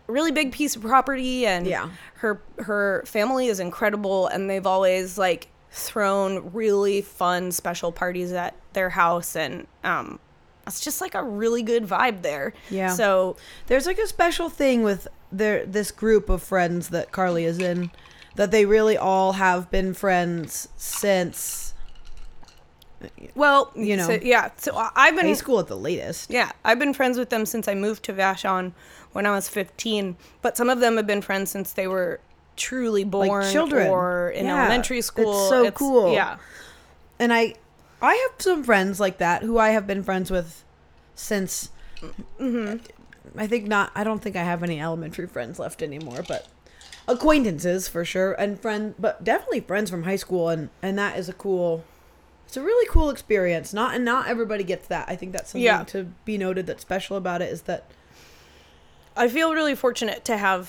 Speaker 1: a really big piece of property and
Speaker 2: Yeah.
Speaker 1: her her family is incredible and they've always like thrown really fun special parties at their house and um it's just like a really good vibe there.
Speaker 2: Yeah.
Speaker 1: So
Speaker 2: There's like a special thing with their this group of friends that Carly is in that they really all have been friends since
Speaker 1: well,
Speaker 2: You know.
Speaker 1: so- yeah. So I- I've been
Speaker 2: high school at the latest.
Speaker 1: Yeah, I've been friends with them since I moved to Vashon when I was 15, but some of them have been friends since they were truly born
Speaker 2: children.
Speaker 1: or in
Speaker 2: Yeah,
Speaker 1: elementary
Speaker 2: it's
Speaker 1: school.
Speaker 2: so cool.
Speaker 1: Yeah.
Speaker 2: And I I have some friends like that who I have been friends with since
Speaker 1: Mm-hmm.
Speaker 2: I think not I don't think I have any elementary friends left anymore, but acquaintances for sure and friend but definitely friends from high school and and that is a cool it's a really cool experience. Not and not everybody gets that. I think that's something
Speaker 1: Yeah.
Speaker 2: to be noted that's special about it is that
Speaker 1: I feel really fortunate to have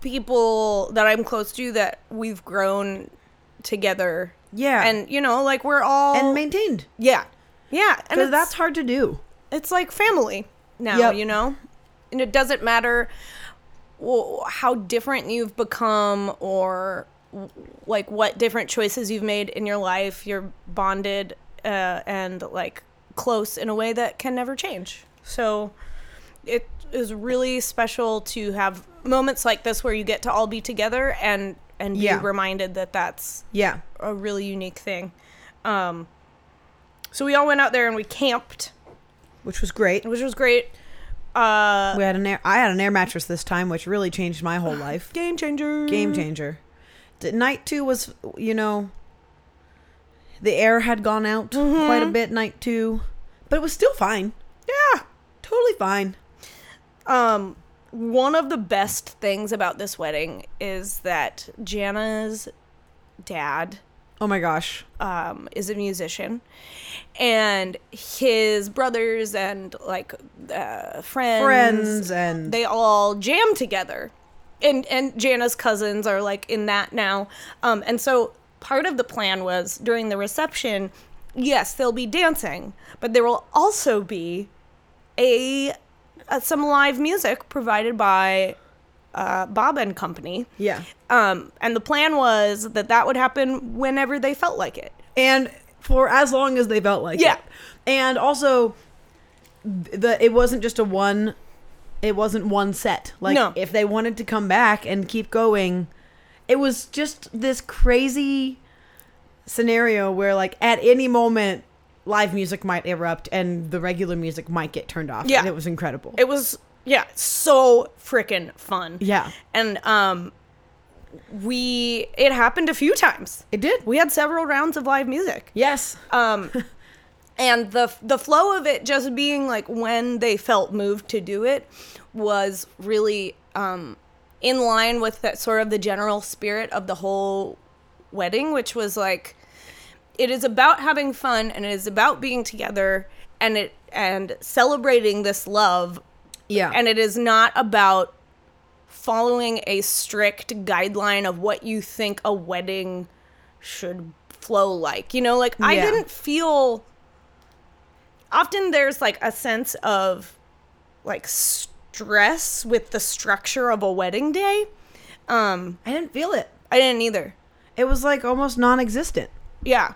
Speaker 1: people that I'm close to that we've grown together.
Speaker 2: Yeah.
Speaker 1: And you know, like we're all
Speaker 2: and maintained.
Speaker 1: Yeah. Yeah, and
Speaker 2: Because
Speaker 1: it's,
Speaker 2: that's hard to do.
Speaker 1: it's like family now,
Speaker 2: Yep.
Speaker 1: you know? And it doesn't matter w- how different you've become or w- like what different choices you've made in your life. You're bonded uh, and like close in a way that can never change. So it is really special to have moments like this where you get to all be together and and be
Speaker 2: Yeah.
Speaker 1: reminded that that's
Speaker 2: Yeah.
Speaker 1: a really unique thing. Um, so we all went out there and we camped
Speaker 2: Which was great.
Speaker 1: which was great. Uh,
Speaker 2: We had an air I had an air mattress this time, which really changed my whole life.
Speaker 1: game changer.
Speaker 2: Game changer. D- Night two was you know the air had gone out
Speaker 1: Mm-hmm.
Speaker 2: quite a bit night two. But it was still fine.
Speaker 1: Yeah.
Speaker 2: Totally fine.
Speaker 1: Um, one of the best things about this wedding is that Jana's dad
Speaker 2: Oh my gosh.
Speaker 1: um, is a musician, and his brothers and like uh, friends,
Speaker 2: Friends and
Speaker 1: they all jam together and and jana's cousins are like in that now um and so part of the plan was during the reception yes they'll be dancing but there will also be a, uh some live music provided by uh, bob and company
Speaker 2: Yeah.
Speaker 1: um and the plan was that that would happen whenever they felt like it
Speaker 2: and for as long as they felt like
Speaker 1: Yeah.
Speaker 2: it. And also th- the it wasn't just a one it wasn't one set. Like
Speaker 1: No.
Speaker 2: if they wanted to come back and keep going, it was just this crazy scenario where like at any moment live music might erupt and the regular music might get turned off.
Speaker 1: Yeah.
Speaker 2: And it was incredible.
Speaker 1: it was yeah so freaking fun
Speaker 2: yeah.
Speaker 1: and um we it happened a few times
Speaker 2: It did.
Speaker 1: we had several rounds of live music
Speaker 2: Yes.
Speaker 1: um and the the flow of it just being like when they felt moved to do it was really um in line with that sort of the general spirit of the whole wedding which was like it is about having fun and it is about being together and it and celebrating this love
Speaker 2: yeah.
Speaker 1: and it is not about following a strict guideline of what you think a wedding should flow like. You know, like I
Speaker 2: Yeah.
Speaker 1: didn't feel often there's like a sense of like stress with the structure of a wedding day. Um
Speaker 2: I didn't feel it.
Speaker 1: I didn't either.
Speaker 2: It was like almost non-existent.
Speaker 1: Yeah.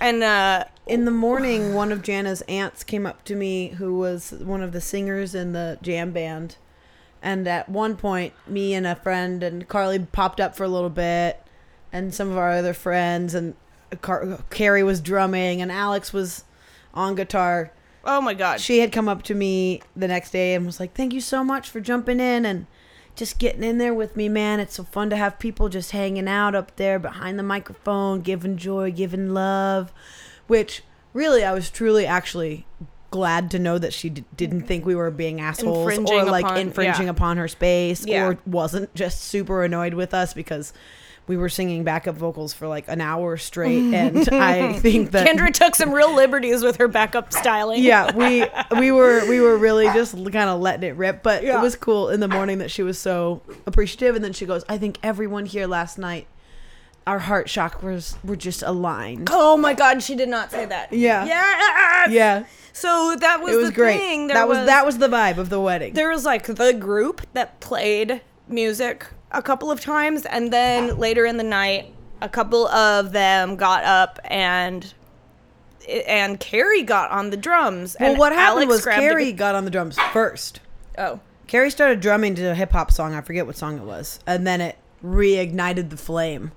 Speaker 1: And uh
Speaker 2: in the morning, one of Jana's aunts came up to me, who was one of the singers in the jam band. And at one point, me and a friend and Carly popped up for a little bit, and some of our other friends, and Car- Carrie was drumming, and Alex was on guitar
Speaker 1: oh my god.
Speaker 2: she had come up to me the next day and was like, "Thank you so much for jumping in and just getting in there with me, man. It's so fun to have people just hanging out up there behind the microphone, giving joy, giving love." Which really, I was truly actually glad to know that she d- didn't think we were being assholes or
Speaker 1: Infringing
Speaker 2: like
Speaker 1: upon-
Speaker 2: infringing
Speaker 1: yeah.
Speaker 2: upon her space
Speaker 1: Yeah.
Speaker 2: or wasn't just super annoyed with us because we were singing backup vocals for like an hour straight and I think that
Speaker 1: Kendra took some real liberties with her backup styling.
Speaker 2: yeah we we were we were really just kind of letting it rip but
Speaker 1: Yeah.
Speaker 2: it was cool in the morning that she was so appreciative and then she goes i think everyone here last night our heart chakras were just aligned
Speaker 1: Oh my god, she did not say that.
Speaker 2: Yeah.
Speaker 1: Yeah.
Speaker 2: yeah
Speaker 1: So that was,
Speaker 2: It was
Speaker 1: the
Speaker 2: great.
Speaker 1: thing. There
Speaker 2: That was, that was the vibe of the wedding.
Speaker 1: there was like the group that played music a couple of times and then later in the night a couple of them got up and eh, and Carrie got on the drums
Speaker 2: well,
Speaker 1: and
Speaker 2: what happened
Speaker 1: Alex
Speaker 2: was
Speaker 1: grabbed a
Speaker 2: Carrie
Speaker 1: gu-
Speaker 2: got on the drums first.
Speaker 1: oh
Speaker 2: Carrie started drumming to a hip hop song. I forget what song it was, and then it reignited the flame.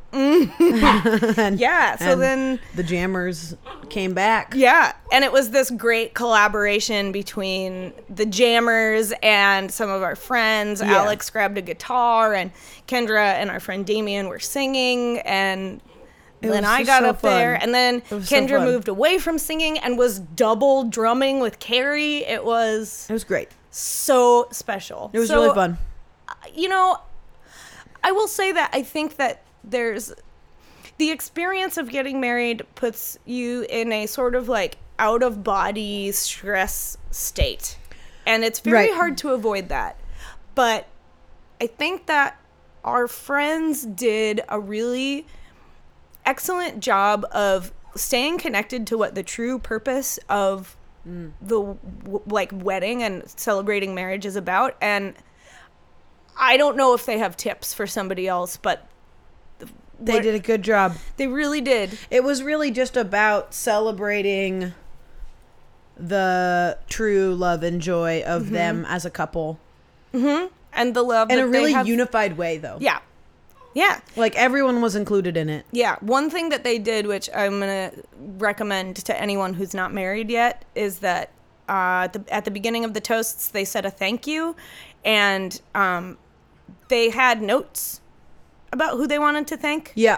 Speaker 2: And-
Speaker 1: yeah so
Speaker 2: and
Speaker 1: then
Speaker 2: the Jammers came back.
Speaker 1: yeah and it was this great collaboration between the jammers and some of our friends
Speaker 2: Yeah.
Speaker 1: alex grabbed a guitar and kendra and our friend damien were singing and then
Speaker 2: was
Speaker 1: I
Speaker 2: just
Speaker 1: got
Speaker 2: so
Speaker 1: up there,
Speaker 2: fun.
Speaker 1: and then
Speaker 2: was so
Speaker 1: Kendra
Speaker 2: fun.
Speaker 1: moved away from singing and was double drumming with Carrie. It was
Speaker 2: It was great.
Speaker 1: so special.
Speaker 2: It was really fun.
Speaker 1: You know, I will say that I think that there's the experience of getting married puts you in a sort of like out of body stress state, and it's very
Speaker 2: Right.
Speaker 1: hard to avoid that. But I think that our friends did a really excellent job of staying connected to what the true purpose of the w- like wedding and celebrating marriage is about and i don't know if they have tips for somebody else but
Speaker 2: They
Speaker 1: What-
Speaker 2: did a good job.
Speaker 1: they really did
Speaker 2: It was really just about celebrating the true love and joy of
Speaker 1: Mm-hmm.
Speaker 2: them as a couple
Speaker 1: and the love
Speaker 2: in
Speaker 1: that
Speaker 2: a really
Speaker 1: they have,
Speaker 2: unified way, though.
Speaker 1: yeah yeah
Speaker 2: Like everyone was included in it.
Speaker 1: Yeah, one thing that they did, which I'm gonna recommend to anyone who's not married yet, is that uh, at, the, at the beginning of the toasts they said a thank you, and um, they had notes about who they wanted to thank,
Speaker 2: Yeah.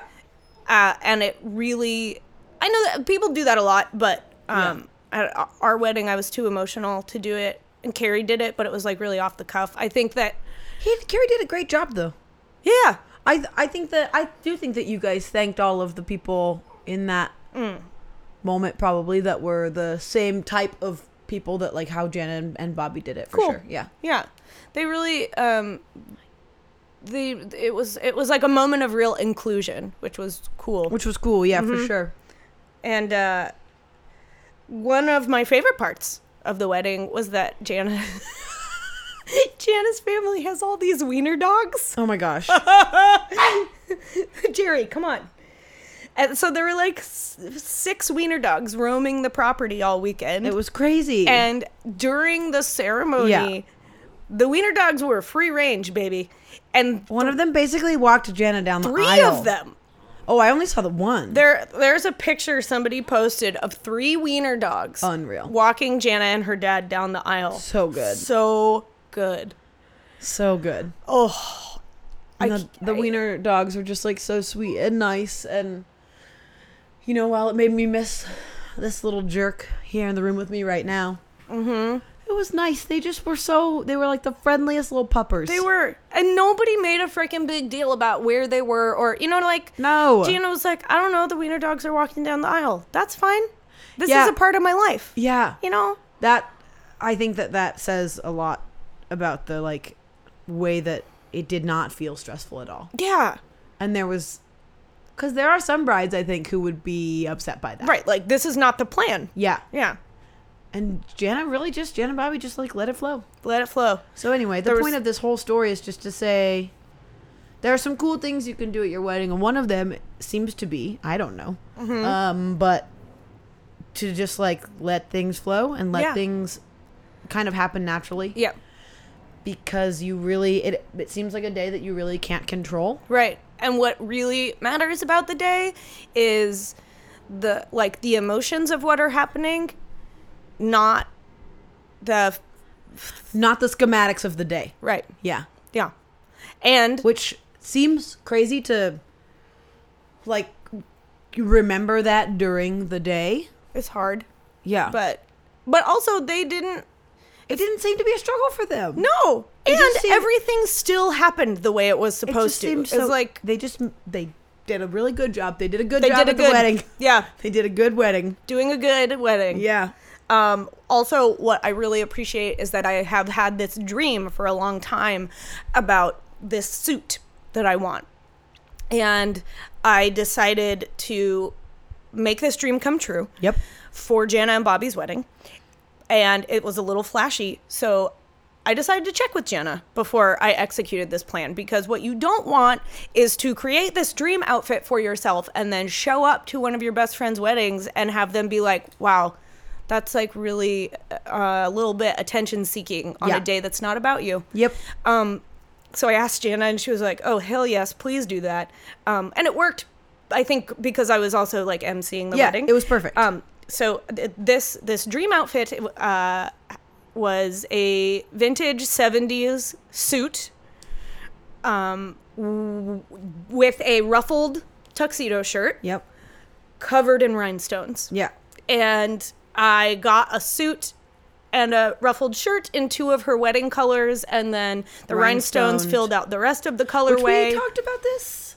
Speaker 1: uh, and it really, I know that people do that a lot, but um, at our wedding I was too emotional to do it, and Carrie did it, but it was like really off the cuff. I think that,
Speaker 2: He, Carrie did a great job, though.
Speaker 1: yeah,
Speaker 2: I th- I think that I do think that you guys thanked all of the people in that
Speaker 1: Mm.
Speaker 2: moment probably that were the same type of people that like how Jana and, and Bobby did it for
Speaker 1: Cool.
Speaker 2: sure. Yeah.
Speaker 1: Yeah, they really um, the it was it was like a moment of real inclusion, which was cool.
Speaker 2: Which was cool, yeah,
Speaker 1: Mm-hmm.
Speaker 2: for sure.
Speaker 1: And uh, one of my favorite parts of the wedding was that Jana. Jana's family has all these wiener dogs.
Speaker 2: Oh my gosh.
Speaker 1: Jerry, come on. And so there were like s- six wiener dogs roaming the property all weekend.
Speaker 2: it was crazy.
Speaker 1: And during the ceremony,
Speaker 2: Yeah.
Speaker 1: the wiener dogs were free range, baby. And
Speaker 2: one of them basically walked Jana down the
Speaker 1: three
Speaker 2: aisle.
Speaker 1: of them.
Speaker 2: Oh, I only saw the one.
Speaker 1: There, there's a picture somebody posted of three wiener dogs.
Speaker 2: Unreal.
Speaker 1: Walking Jana and her dad down the aisle.
Speaker 2: Oh, So good.
Speaker 1: So good.
Speaker 2: so good.
Speaker 1: Oh,
Speaker 2: And
Speaker 1: I
Speaker 2: the,
Speaker 1: c-
Speaker 2: the
Speaker 1: I-
Speaker 2: wiener dogs were just like so sweet and nice and you know while it made me miss this little jerk here in the room with me right now mm-hmm. it was nice they just were so they were like the friendliest little puppers
Speaker 1: they were, and nobody made a freaking big deal about where they were, or you know, like
Speaker 2: no
Speaker 1: Jana was like, I don't know, the wiener dogs are walking down the aisle. That's fine. This
Speaker 2: Yeah.
Speaker 1: is a part of my life.
Speaker 2: yeah
Speaker 1: You know.
Speaker 2: that i think that that says a lot about the like way that it did not feel stressful at all
Speaker 1: Yeah.
Speaker 2: and there was because there are some brides i think who would be upset by that
Speaker 1: Right. Like this is not the plan.
Speaker 2: yeah
Speaker 1: Yeah.
Speaker 2: and jana really just jana and bobby just like let it flow
Speaker 1: Let it flow.
Speaker 2: So anyway, the
Speaker 1: There was-
Speaker 2: point of this whole story is just to say there are some cool things you can do at your wedding, and one of them seems to be I don't know,
Speaker 1: Mm-hmm.
Speaker 2: um, but to just like let things flow and let
Speaker 1: Yeah.
Speaker 2: things kind of happen naturally
Speaker 1: Yeah.
Speaker 2: because you really it it seems like a day that you really can't control.
Speaker 1: Right. And what really matters about the day is the like the emotions of what are happening, not the
Speaker 2: Not the schematics of the day.
Speaker 1: right.
Speaker 2: Yeah.
Speaker 1: Yeah. And
Speaker 2: which seems crazy to like remember that during the day.
Speaker 1: it's hard,
Speaker 2: Yeah. But
Speaker 1: but but also they didn't
Speaker 2: it didn't seem to be a struggle for them.
Speaker 1: no. And
Speaker 2: just seemed-
Speaker 1: everything still happened the way it was
Speaker 2: It
Speaker 1: supposed
Speaker 2: just
Speaker 1: to.
Speaker 2: seemed
Speaker 1: It's
Speaker 2: so-
Speaker 1: like
Speaker 2: they just they did a really good job. They did a good
Speaker 1: they
Speaker 2: job
Speaker 1: did a
Speaker 2: at the
Speaker 1: good
Speaker 2: wedding.
Speaker 1: Yeah,
Speaker 2: They did a good wedding.
Speaker 1: doing a good wedding.
Speaker 2: Yeah.
Speaker 1: Um, also, what I really appreciate is that I have had this dream for a long time about this suit that I want. And I decided to make this dream come true
Speaker 2: Yep.
Speaker 1: for Jana and Bobby's wedding. and it was a little flashy. So I decided to check with Jenna before I executed this plan because what you don't want is to create this dream outfit for yourself and then show up to one of your best friend's weddings and have them be like, wow, that's like really uh, a little bit attention seeking on
Speaker 2: Yeah.
Speaker 1: a day that's not about you.
Speaker 2: Yep.
Speaker 1: Um, so I asked Jana, and she was like, "Oh hell yes, please do that." Um, and it worked, I think, because I was also like emceeing the
Speaker 2: Yeah,
Speaker 1: wedding.
Speaker 2: it was perfect.
Speaker 1: Um, so th- this this dream outfit uh, was a vintage '70s suit, um, w- with a ruffled tuxedo shirt
Speaker 2: Yep.
Speaker 1: covered in rhinestones
Speaker 2: Yeah.
Speaker 1: and I got a suit and a ruffled shirt in two of her wedding colors, and then the rhinestones
Speaker 2: Rhinestoned.
Speaker 1: filled out the rest of the
Speaker 2: Which
Speaker 1: colorway.
Speaker 2: we talked about this.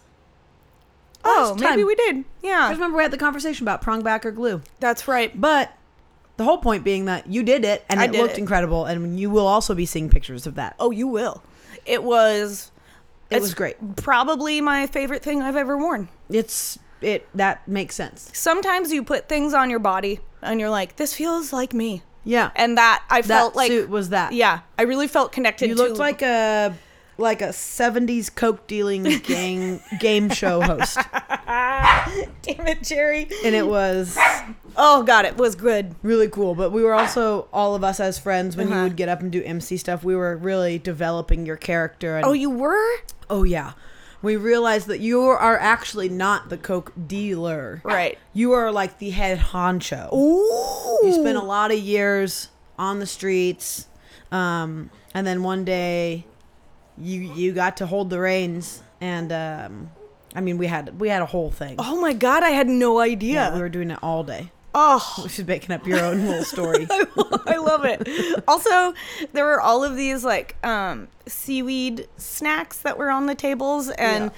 Speaker 1: oh,
Speaker 2: last
Speaker 1: maybe
Speaker 2: time.
Speaker 1: we did.
Speaker 2: I
Speaker 1: Yeah,
Speaker 2: remember we had the conversation about prong back or glue.
Speaker 1: that's right.
Speaker 2: But the whole point being that you did it and
Speaker 1: I
Speaker 2: it
Speaker 1: did
Speaker 2: looked
Speaker 1: it.
Speaker 2: incredible and you will also be seeing pictures of that.
Speaker 1: Oh, you will. It was.
Speaker 2: It
Speaker 1: it's
Speaker 2: was great.
Speaker 1: Probably my favorite thing I've ever worn.
Speaker 2: It's it that makes sense.
Speaker 1: Sometimes you put things on your body and you're like, this feels like me.
Speaker 2: Yeah.
Speaker 1: And that I
Speaker 2: that
Speaker 1: felt like.
Speaker 2: suit was that.
Speaker 1: Yeah, I really felt connected
Speaker 2: You
Speaker 1: to.
Speaker 2: looked like a like a 70s coke dealing gang game show host
Speaker 1: Damn it, Jerry.
Speaker 2: and it was
Speaker 1: Oh, God, it was good.
Speaker 2: really cool but we were also all of us as friends when you
Speaker 1: Uh-huh.
Speaker 2: would get up and do mc stuff we were really developing your character and
Speaker 1: Oh, you were?
Speaker 2: Oh yeah. We realize that you are actually not the coke dealer.
Speaker 1: Right.
Speaker 2: You are like the head honcho.
Speaker 1: Ooh.
Speaker 2: You spent a lot of years on the streets. Um, and then one day you you got to hold the reins and um, I mean we had we had a whole thing.
Speaker 1: Oh my god, I had no idea.
Speaker 2: We were doing it all day.
Speaker 1: oh,
Speaker 2: We should making up your own little story.
Speaker 1: I love it. also, there were all of these like um seaweed snacks that were on the tables and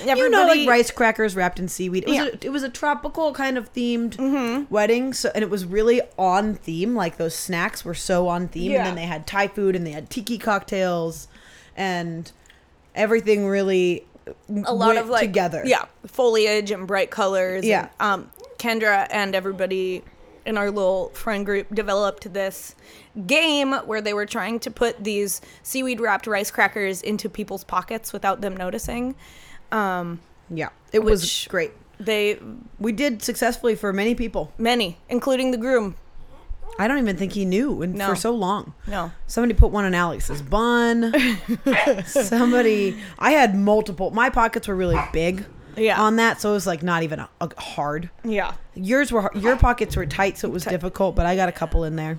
Speaker 1: everybody
Speaker 2: you know, like rice crackers wrapped in seaweed. It was,
Speaker 1: Yeah. Mm-hmm.
Speaker 2: a, it was a tropical kind of themed wedding, so and it was really on theme. Like those snacks were so on theme,
Speaker 1: Yeah.
Speaker 2: and then they had Thai food and they had tiki cocktails, and everything really
Speaker 1: a lot of like
Speaker 2: together.
Speaker 1: Yeah, foliage and bright colors.
Speaker 2: Yeah.
Speaker 1: And, um Kendra and everybody in our little friend group developed this game where they were trying to put these seaweed wrapped rice crackers into people's pockets without them noticing. Um
Speaker 2: yeah, it was
Speaker 1: Which-
Speaker 2: great.
Speaker 1: they
Speaker 2: We did successfully for many people.
Speaker 1: many, including the groom.
Speaker 2: I don't even think he knew, and
Speaker 1: No.
Speaker 2: for so long.
Speaker 1: No.
Speaker 2: Somebody put one on Alex's bun. Somebody, I had multiple. My pockets were really big.
Speaker 1: Yeah.
Speaker 2: On that, so it was like not even a, a hard.
Speaker 1: Yeah.
Speaker 2: Yours were your pockets were tight, so it was difficult. But I got a couple in there.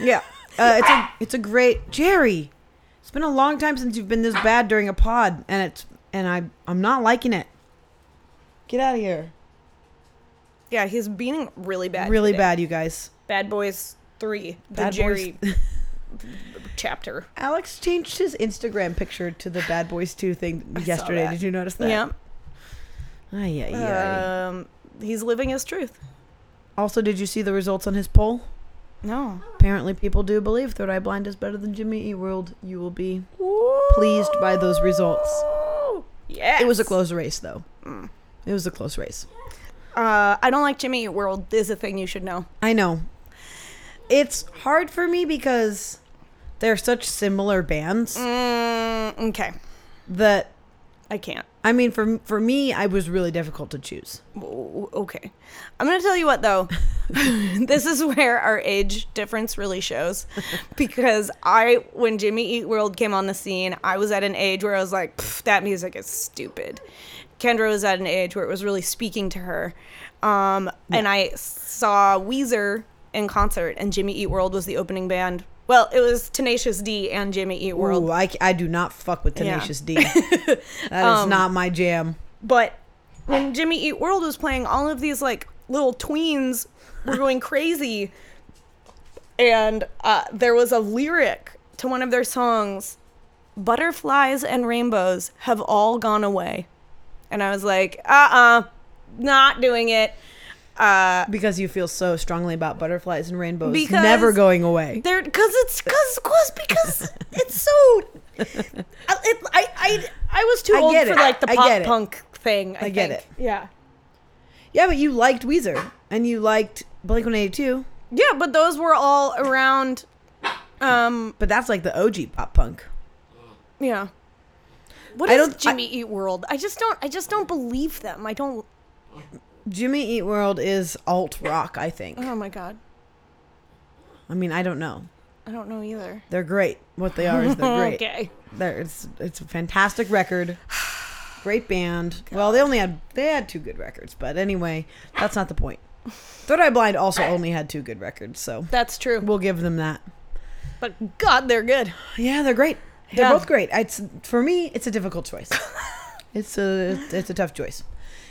Speaker 2: yeah, uh, it's a it's a great Jerry. It's been a long time since you've been this bad during a pod, and it's and I I'm not liking it. Get out of here!
Speaker 1: Yeah, he's being really bad.
Speaker 2: really
Speaker 1: today.
Speaker 2: bad, you guys.
Speaker 1: Bad Boys 3, the
Speaker 2: Bad Boys-
Speaker 1: Jerry chapter.
Speaker 2: Alex changed his Instagram picture to the Bad Boys Two thing
Speaker 1: saw
Speaker 2: yesterday.
Speaker 1: that.
Speaker 2: Did you notice that?
Speaker 1: Yeah.
Speaker 2: Ay, ay, ay.
Speaker 1: Um, he's living his truth.
Speaker 2: also, did you see the results on his poll?
Speaker 1: No.
Speaker 2: Apparently, people do believe Third Eye Blind is better than Jimmy Eat World. You will be pleased by those results.
Speaker 1: Yeah.
Speaker 2: It was a close race, though.
Speaker 1: Mm.
Speaker 2: It was a close race.
Speaker 1: Uh, I don't like Jimmy Eat World is a thing you should know.
Speaker 2: I know. It's hard for me because they're such similar bands
Speaker 1: Mm, okay.
Speaker 2: that
Speaker 1: I can't.
Speaker 2: I mean, for for me, I was really difficult to choose.
Speaker 1: O- Okay. I'm going to tell you what, though. this is where our age difference really shows. Because I, when Jimmy Eat World came on the scene, I was at an age where I was like, "Pff, that music is stupid. Kendra was at an age where it was really speaking to her. Um, And I saw Weezer in concert, and Jimmy Eat World was the opening band. Well, it was Tenacious D and Jimmy Eat World.
Speaker 2: Ooh, I, c- I do not fuck with
Speaker 1: Yeah. Um,
Speaker 2: Tenacious D. That is not my jam.
Speaker 1: But when Jimmy Eat World was playing, all of these like little tweens were going crazy. And uh, there was a lyric to one of their songs Butterflies and rainbows have all gone away. And I was like, uh uh, not doing it. Uh,
Speaker 2: Because you feel so strongly about butterflies and rainbows
Speaker 1: Because
Speaker 2: never going away.
Speaker 1: There, because it's because cause, because it's so. I, it, I I I was too
Speaker 2: I
Speaker 1: old
Speaker 2: get
Speaker 1: for
Speaker 2: it.
Speaker 1: like the
Speaker 2: I get
Speaker 1: pop
Speaker 2: it.
Speaker 1: punk thing. I,
Speaker 2: I get
Speaker 1: think. Yeah.
Speaker 2: Yeah, but you liked Weezer and you liked Blink 182
Speaker 1: Yeah, but those were all around. Um,
Speaker 2: But that's like the OG pop punk.
Speaker 1: yeah. What
Speaker 2: I
Speaker 1: is
Speaker 2: don't- I-
Speaker 1: Jimmy Eat World? I just don't. I just don't believe them. I don't.
Speaker 2: Jimmy Eat World is alt rock, I think.
Speaker 1: Oh my god.
Speaker 2: I mean, I don't know.
Speaker 1: I don't know either.
Speaker 2: They're great. What they are is they're great.
Speaker 1: Okay.
Speaker 2: They're, it's it's a fantastic record. Great band. Well, they only had they had two good records, but anyway, that's not the point. Third Eye Blind also only had two good records, so
Speaker 1: That's true.
Speaker 2: we'll give them that.
Speaker 1: But God, they're good.
Speaker 2: Yeah, they're great. They're
Speaker 1: Yeah.
Speaker 2: both great. It's for me, it's a difficult choice. it's a it's a tough choice.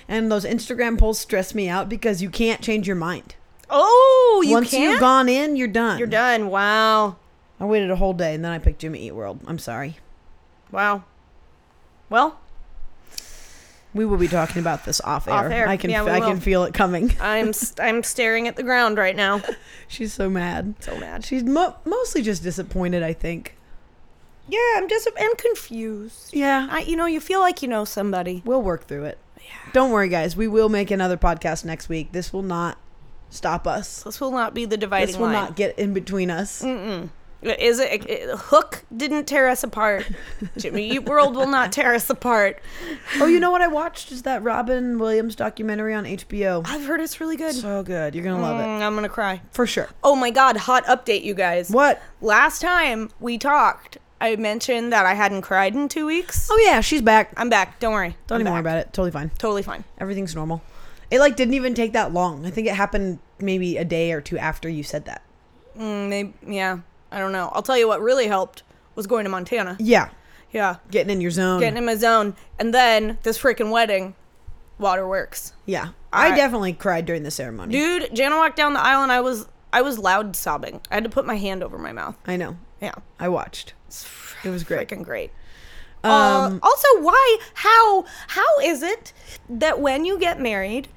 Speaker 2: And those Instagram polls stress me out because you can't change your mind.
Speaker 1: Oh, you
Speaker 2: Once
Speaker 1: can't.
Speaker 2: you've gone in, you're done.
Speaker 1: You're done. Wow.
Speaker 2: I waited a whole day and then I picked Jimmy Eat World. I'm sorry.
Speaker 1: Wow. Well,
Speaker 2: We will be talking about this off air.
Speaker 1: Off air.
Speaker 2: I can
Speaker 1: Yeah, we
Speaker 2: I
Speaker 1: will.
Speaker 2: can feel it coming.
Speaker 1: I'm s- I'm staring at the ground right now.
Speaker 2: She's so mad.
Speaker 1: So mad.
Speaker 2: She's mo- mostly just disappointed, I think.
Speaker 1: Yeah, I'm just I'm confused.
Speaker 2: Yeah.
Speaker 1: I you know, you feel like you know somebody.
Speaker 2: we'll work through it. Don't worry, guys. We will make another podcast next week. This will not stop us.
Speaker 1: This will not be the dividing
Speaker 2: this will
Speaker 1: line.
Speaker 2: not get in between us.
Speaker 1: Is it, it- Hook didn't tear us apart. Jimmy Eat World will not tear us apart.
Speaker 2: oh, you know what I watched is that Robin Williams documentary on HBO.
Speaker 1: I've heard it's really good.
Speaker 2: So good. You're gonna love it
Speaker 1: Mm, I'm gonna cry.
Speaker 2: for sure.
Speaker 1: Oh my god, hot update, you guys.
Speaker 2: What?
Speaker 1: Last time we talked, I mentioned that I hadn't cried in two weeks.
Speaker 2: Oh yeah, she's back.
Speaker 1: I'm back. Don't worry.
Speaker 2: Don't
Speaker 1: I'm
Speaker 2: even worry
Speaker 1: back.
Speaker 2: about it. Totally fine.
Speaker 1: Totally fine.
Speaker 2: Everything's normal. It like didn't even take that long. I think it happened maybe a day or two after you said that.
Speaker 1: Mm, maybe, yeah. I don't know. I'll tell you what really helped was going to Montana.
Speaker 2: Yeah,
Speaker 1: Yeah.
Speaker 2: getting in your zone.
Speaker 1: Getting in my zone. And then this freaking wedding, waterworks.
Speaker 2: yeah, I
Speaker 1: Alright.
Speaker 2: definitely cried during the ceremony.
Speaker 1: Dude, Jana walked down the aisle and I was I was loud sobbing. I had to put my hand over my mouth.
Speaker 2: I know.
Speaker 1: Yeah.
Speaker 2: I watched. It was great.
Speaker 1: Freaking great. Uh,
Speaker 2: Um,
Speaker 1: also, why? How? How is it that when you get married,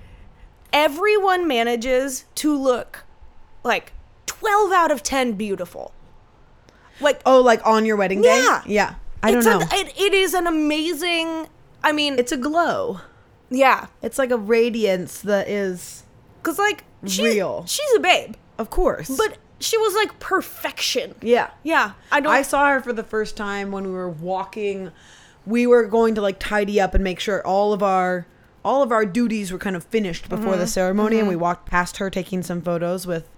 Speaker 1: everyone manages to look like twelve out of ten beautiful? Like,
Speaker 2: oh, like on your wedding day.
Speaker 1: Yeah.
Speaker 2: yeah. I don't
Speaker 1: it's
Speaker 2: know.
Speaker 1: A, it, it is an amazing. I mean,
Speaker 2: it's a glow.
Speaker 1: yeah,
Speaker 2: It's like a radiance that is,
Speaker 1: because like she,
Speaker 2: Real.
Speaker 1: She's a babe,
Speaker 2: of course.
Speaker 1: but she was like perfection.
Speaker 2: yeah,
Speaker 1: Yeah, I don't.
Speaker 2: I saw her for the first time when we were walking. We were going to like tidy up and make sure all of our all of our duties were kind of finished before
Speaker 1: Mm-hmm.
Speaker 2: the ceremony, and we walked past her taking some photos with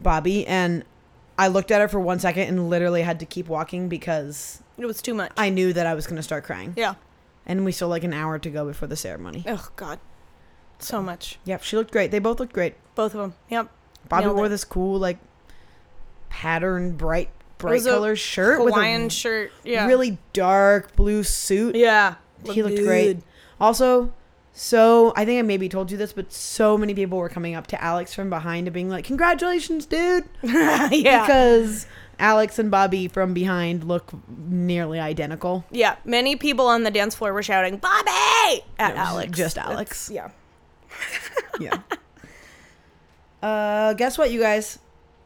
Speaker 2: Bobby. And I looked at her for one second and literally had to keep walking because
Speaker 1: it was too much.
Speaker 2: I knew that I was going to start crying.
Speaker 1: yeah.
Speaker 2: And we still like an hour to go before the ceremony.
Speaker 1: Oh God, so much.
Speaker 2: Yep, she looked great. They both looked great.
Speaker 1: Both of them. Yep.
Speaker 2: Bobby
Speaker 1: Nailed
Speaker 2: wore
Speaker 1: it.
Speaker 2: this cool like pattern bright bright
Speaker 1: was a
Speaker 2: color shirt
Speaker 1: Hawaiian
Speaker 2: with a
Speaker 1: shirt. Yeah.
Speaker 2: really dark blue suit.
Speaker 1: Yeah.
Speaker 2: he looked great.
Speaker 1: good.
Speaker 2: Also, so I think I maybe told you this, but so many people were coming up to Alex from behind and being like, "Congratulations, dude!"
Speaker 1: yeah.
Speaker 2: Because Alex and Bobby from behind look nearly identical.
Speaker 1: yeah. Many people on the dance floor were shouting, Bobby! At
Speaker 2: It was
Speaker 1: Alex.
Speaker 2: just Alex.
Speaker 1: It's- yeah.
Speaker 2: yeah. Uh, guess what, you guys?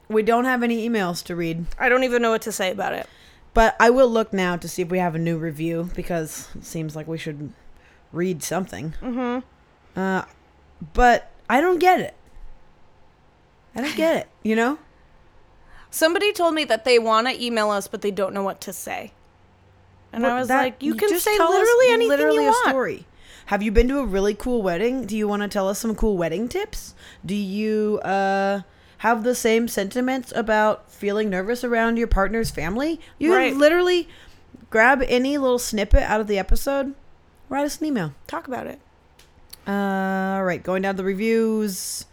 Speaker 2: We don't have any emails to read.
Speaker 1: I don't even know what to say about it.
Speaker 2: But I will look now to see if we have a new review because it seems like we should read something. Mm-hmm. Uh, but I don't get it. I don't get it. You know?
Speaker 1: Somebody told me that they want to email us, but they don't know what to say. And
Speaker 2: What-
Speaker 1: I was
Speaker 2: that-
Speaker 1: like, you can
Speaker 2: just
Speaker 1: say
Speaker 2: tell us
Speaker 1: literally anything
Speaker 2: literally
Speaker 1: you
Speaker 2: a
Speaker 1: want.
Speaker 2: story. Have you been to a really cool wedding? Do you want to tell us some cool wedding tips? Do you uh, have the same sentiments about feeling nervous around your partner's family? You
Speaker 1: Right.
Speaker 2: can literally grab any little snippet out of the episode, write us an email.
Speaker 1: Talk about it.
Speaker 2: All Uh, right, going down the reviews.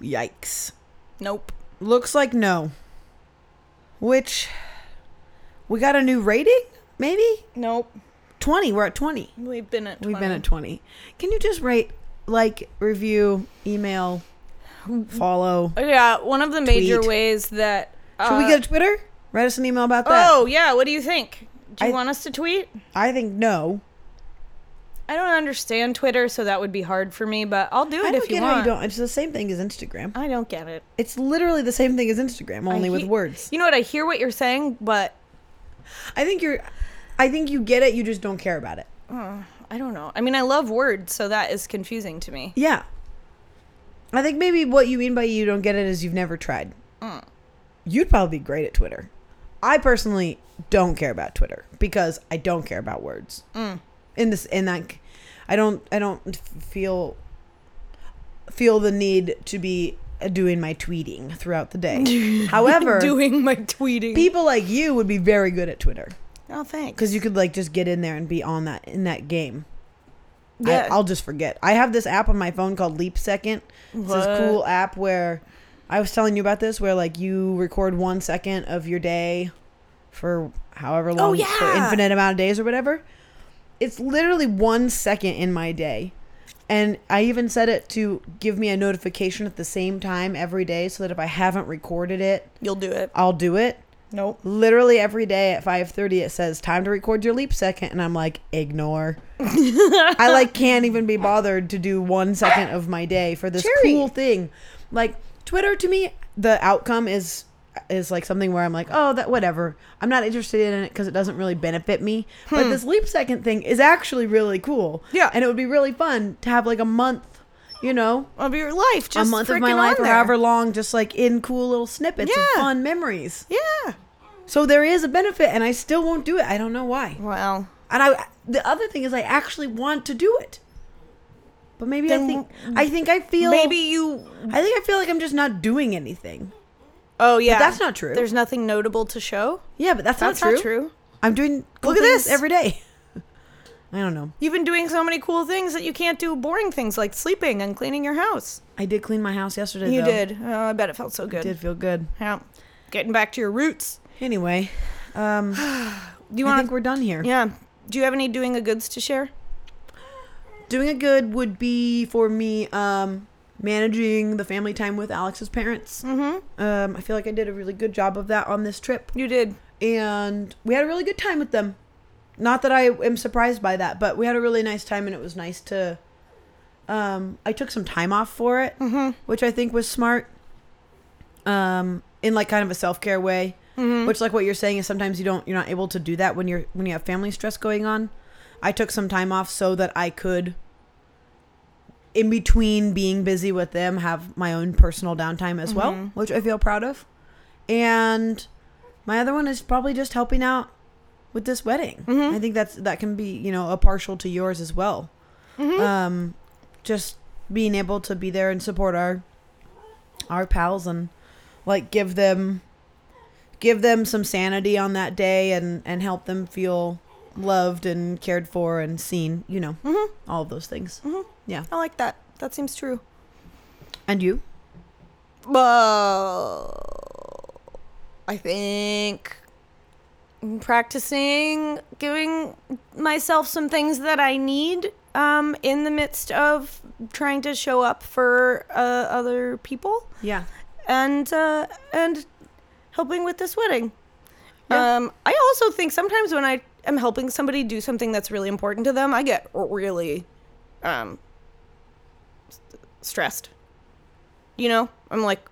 Speaker 2: Yikes.
Speaker 1: Nope.
Speaker 2: Looks like no. Which we got a new rating? Maybe?
Speaker 1: Nope.
Speaker 2: 20. We're at 20.
Speaker 1: We've been at 20.
Speaker 2: We've been at 20. Can you just rate like review, email, follow?
Speaker 1: Yeah, one of the major
Speaker 2: Tweet.
Speaker 1: ways that. Uh,
Speaker 2: Should we get a Twitter? Write us an email about that.
Speaker 1: Oh, yeah. What do you think? Do you
Speaker 2: I-
Speaker 1: want us to tweet?
Speaker 2: I think no.
Speaker 1: I don't understand Twitter, so that would be hard for me, but I'll do it
Speaker 2: I don't
Speaker 1: if you
Speaker 2: get
Speaker 1: want.
Speaker 2: how you don't. It's the same thing as Instagram.
Speaker 1: I don't get it.
Speaker 2: It's literally the same thing as Instagram, only
Speaker 1: I
Speaker 2: with
Speaker 1: he-
Speaker 2: words.
Speaker 1: You know what? I hear what you're saying, but
Speaker 2: I think you're I think you get it, you just don't care about it.
Speaker 1: uh, I don't know. I mean, I love words, so that is confusing to me.
Speaker 2: Yeah. I think maybe what you mean by you don't get it is you've never tried. You'd probably be great at Twitter. I personally don't care about Twitter because I don't care about words. In this, in that, I don't, I don't f- feel feel the need to be uh, doing my tweeting throughout the day. However,
Speaker 1: Doing my tweeting.
Speaker 2: people like you would be very good at Twitter
Speaker 1: Oh, thanks.
Speaker 2: because you could like just get in there and be on that in that game.
Speaker 1: Yeah.
Speaker 2: I, I'll just forget. I have this app on my phone called Leap Second. It's this
Speaker 1: What?
Speaker 2: cool app where I was telling you about this, where like you record one second of your day for however long, for
Speaker 1: Oh, yeah.
Speaker 2: infinite amount of days or whatever. It's literally one second in my day. And I even set it to give me a notification at the same time every day so that if I haven't recorded it,
Speaker 1: You'll do it.
Speaker 2: I'll do it
Speaker 1: Nope.
Speaker 2: literally every day at 5.30 it says time to record your leap second and i'm like ignore i like can't even be bothered to do one second of my day for this
Speaker 1: Cherry.
Speaker 2: cool thing like twitter to me the outcome is is like something where i'm like oh that whatever i'm not interested in it because it doesn't really benefit me but this leap second thing is actually really cool
Speaker 1: Hmm. Yeah.
Speaker 2: and it would be really fun to have like a month you know
Speaker 1: Of your life, just
Speaker 2: a month of my
Speaker 1: freaking
Speaker 2: life
Speaker 1: on
Speaker 2: or
Speaker 1: there.
Speaker 2: however long just like in cool little snippets of
Speaker 1: Yeah.
Speaker 2: fun memories
Speaker 1: Yeah.
Speaker 2: so there is a benefit, and I still won't do it. I don't know why.
Speaker 1: Well,
Speaker 2: And I, the other thing is, I actually want to do it, but maybe I
Speaker 1: Then
Speaker 2: think I think I feel
Speaker 1: maybe you.
Speaker 2: I think I feel like I'm just not doing anything.
Speaker 1: Oh yeah,
Speaker 2: that's not true.
Speaker 1: There's nothing notable to show.
Speaker 2: Yeah, but that's,
Speaker 1: That's
Speaker 2: not, true.
Speaker 1: not true.
Speaker 2: I'm doing. Look
Speaker 1: at
Speaker 2: at this
Speaker 1: this.
Speaker 2: every day. I don't know.
Speaker 1: You've been doing so many cool things that you can't do boring things like sleeping and cleaning your house.
Speaker 2: I did clean my house yesterday.
Speaker 1: You
Speaker 2: though.
Speaker 1: did. Oh, I bet it felt so good.
Speaker 2: Did feel good.
Speaker 1: Yeah. Getting back to your roots.
Speaker 2: Anyway, um,
Speaker 1: Do you
Speaker 2: I
Speaker 1: want
Speaker 2: think we're done here.
Speaker 1: Yeah. Do you have any doing a goods to share?
Speaker 2: Doing a good would be for me um, managing the family time with Alex's parents. Mm-hmm. Um, I feel like I did a really good job of that on this trip.
Speaker 1: You did.
Speaker 2: and we had a really good time with them. Not that I am surprised by that, but we had a really nice time, and it was nice to. Um, I took some time off for it,
Speaker 1: Mm-hmm.
Speaker 2: which I think was smart. Um, in like kind of a self care way,
Speaker 1: Mm-hmm.
Speaker 2: which like what you're saying is sometimes you don't you're not able to do that when you're when you have family stress going on. I took some time off so that I could, in between being busy with them, have my own personal downtime as well, which I feel proud of. And my other one is probably just helping out with this wedding. I think that's that can be you know a partial to yours as well. Um, just being able to be there and support our our pals and like give them give them some sanity on that day and and help them feel loved and cared for and seen. You know, all of those things. Yeah,
Speaker 1: I like that. That seems true.
Speaker 2: and you.
Speaker 1: Well, I think I'm practicing giving myself some things that I need um, in the midst of trying to show up for uh, other people
Speaker 2: Yeah.
Speaker 1: and uh, and helping with this wedding.
Speaker 2: Yeah.
Speaker 1: Um, I also think sometimes when I am helping somebody do something that's really important to them, I get really um, s- stressed. You know, I'm like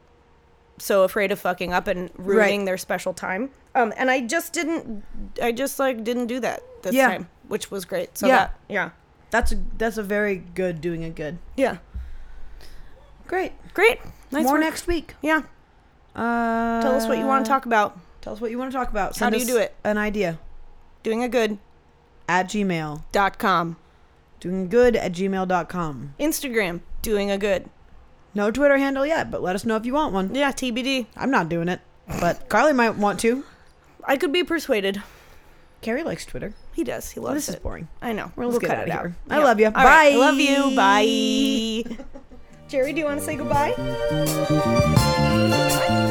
Speaker 1: so afraid of fucking up and ruining their special time. Um, and I just didn't. I just like didn't do that this
Speaker 2: Yeah.
Speaker 1: time, which was great. So
Speaker 2: Yeah.
Speaker 1: that yeah
Speaker 2: That's a that's a very good doing a good.
Speaker 1: yeah
Speaker 2: Great.
Speaker 1: great nice
Speaker 2: More
Speaker 1: work.
Speaker 2: next week.
Speaker 1: yeah.
Speaker 2: Uh,
Speaker 1: Tell us what you want to talk about.
Speaker 2: Tell us what you want to talk about.
Speaker 1: How do you
Speaker 2: us
Speaker 1: do it?
Speaker 2: An idea
Speaker 1: Doing a good
Speaker 2: at gmail.
Speaker 1: dot com.
Speaker 2: Doing good at gmail.com.
Speaker 1: Instagram, doing a good.
Speaker 2: No Twitter handle yet, but let us know if you want one.
Speaker 1: Yeah, TBD.
Speaker 2: I'm not doing it, but Carly might want to.
Speaker 1: I could be persuaded.
Speaker 2: Carrie likes Twitter.
Speaker 1: He does. He loves
Speaker 2: This
Speaker 1: it.
Speaker 2: is boring.
Speaker 1: I know.
Speaker 2: Well,
Speaker 1: we'll
Speaker 2: let's get
Speaker 1: cut
Speaker 2: out
Speaker 1: it
Speaker 2: of
Speaker 1: out.
Speaker 2: here. I love you.
Speaker 1: All right, I
Speaker 2: Bye.
Speaker 1: love you. Bye. Jerry, do you want to say goodbye? Bye.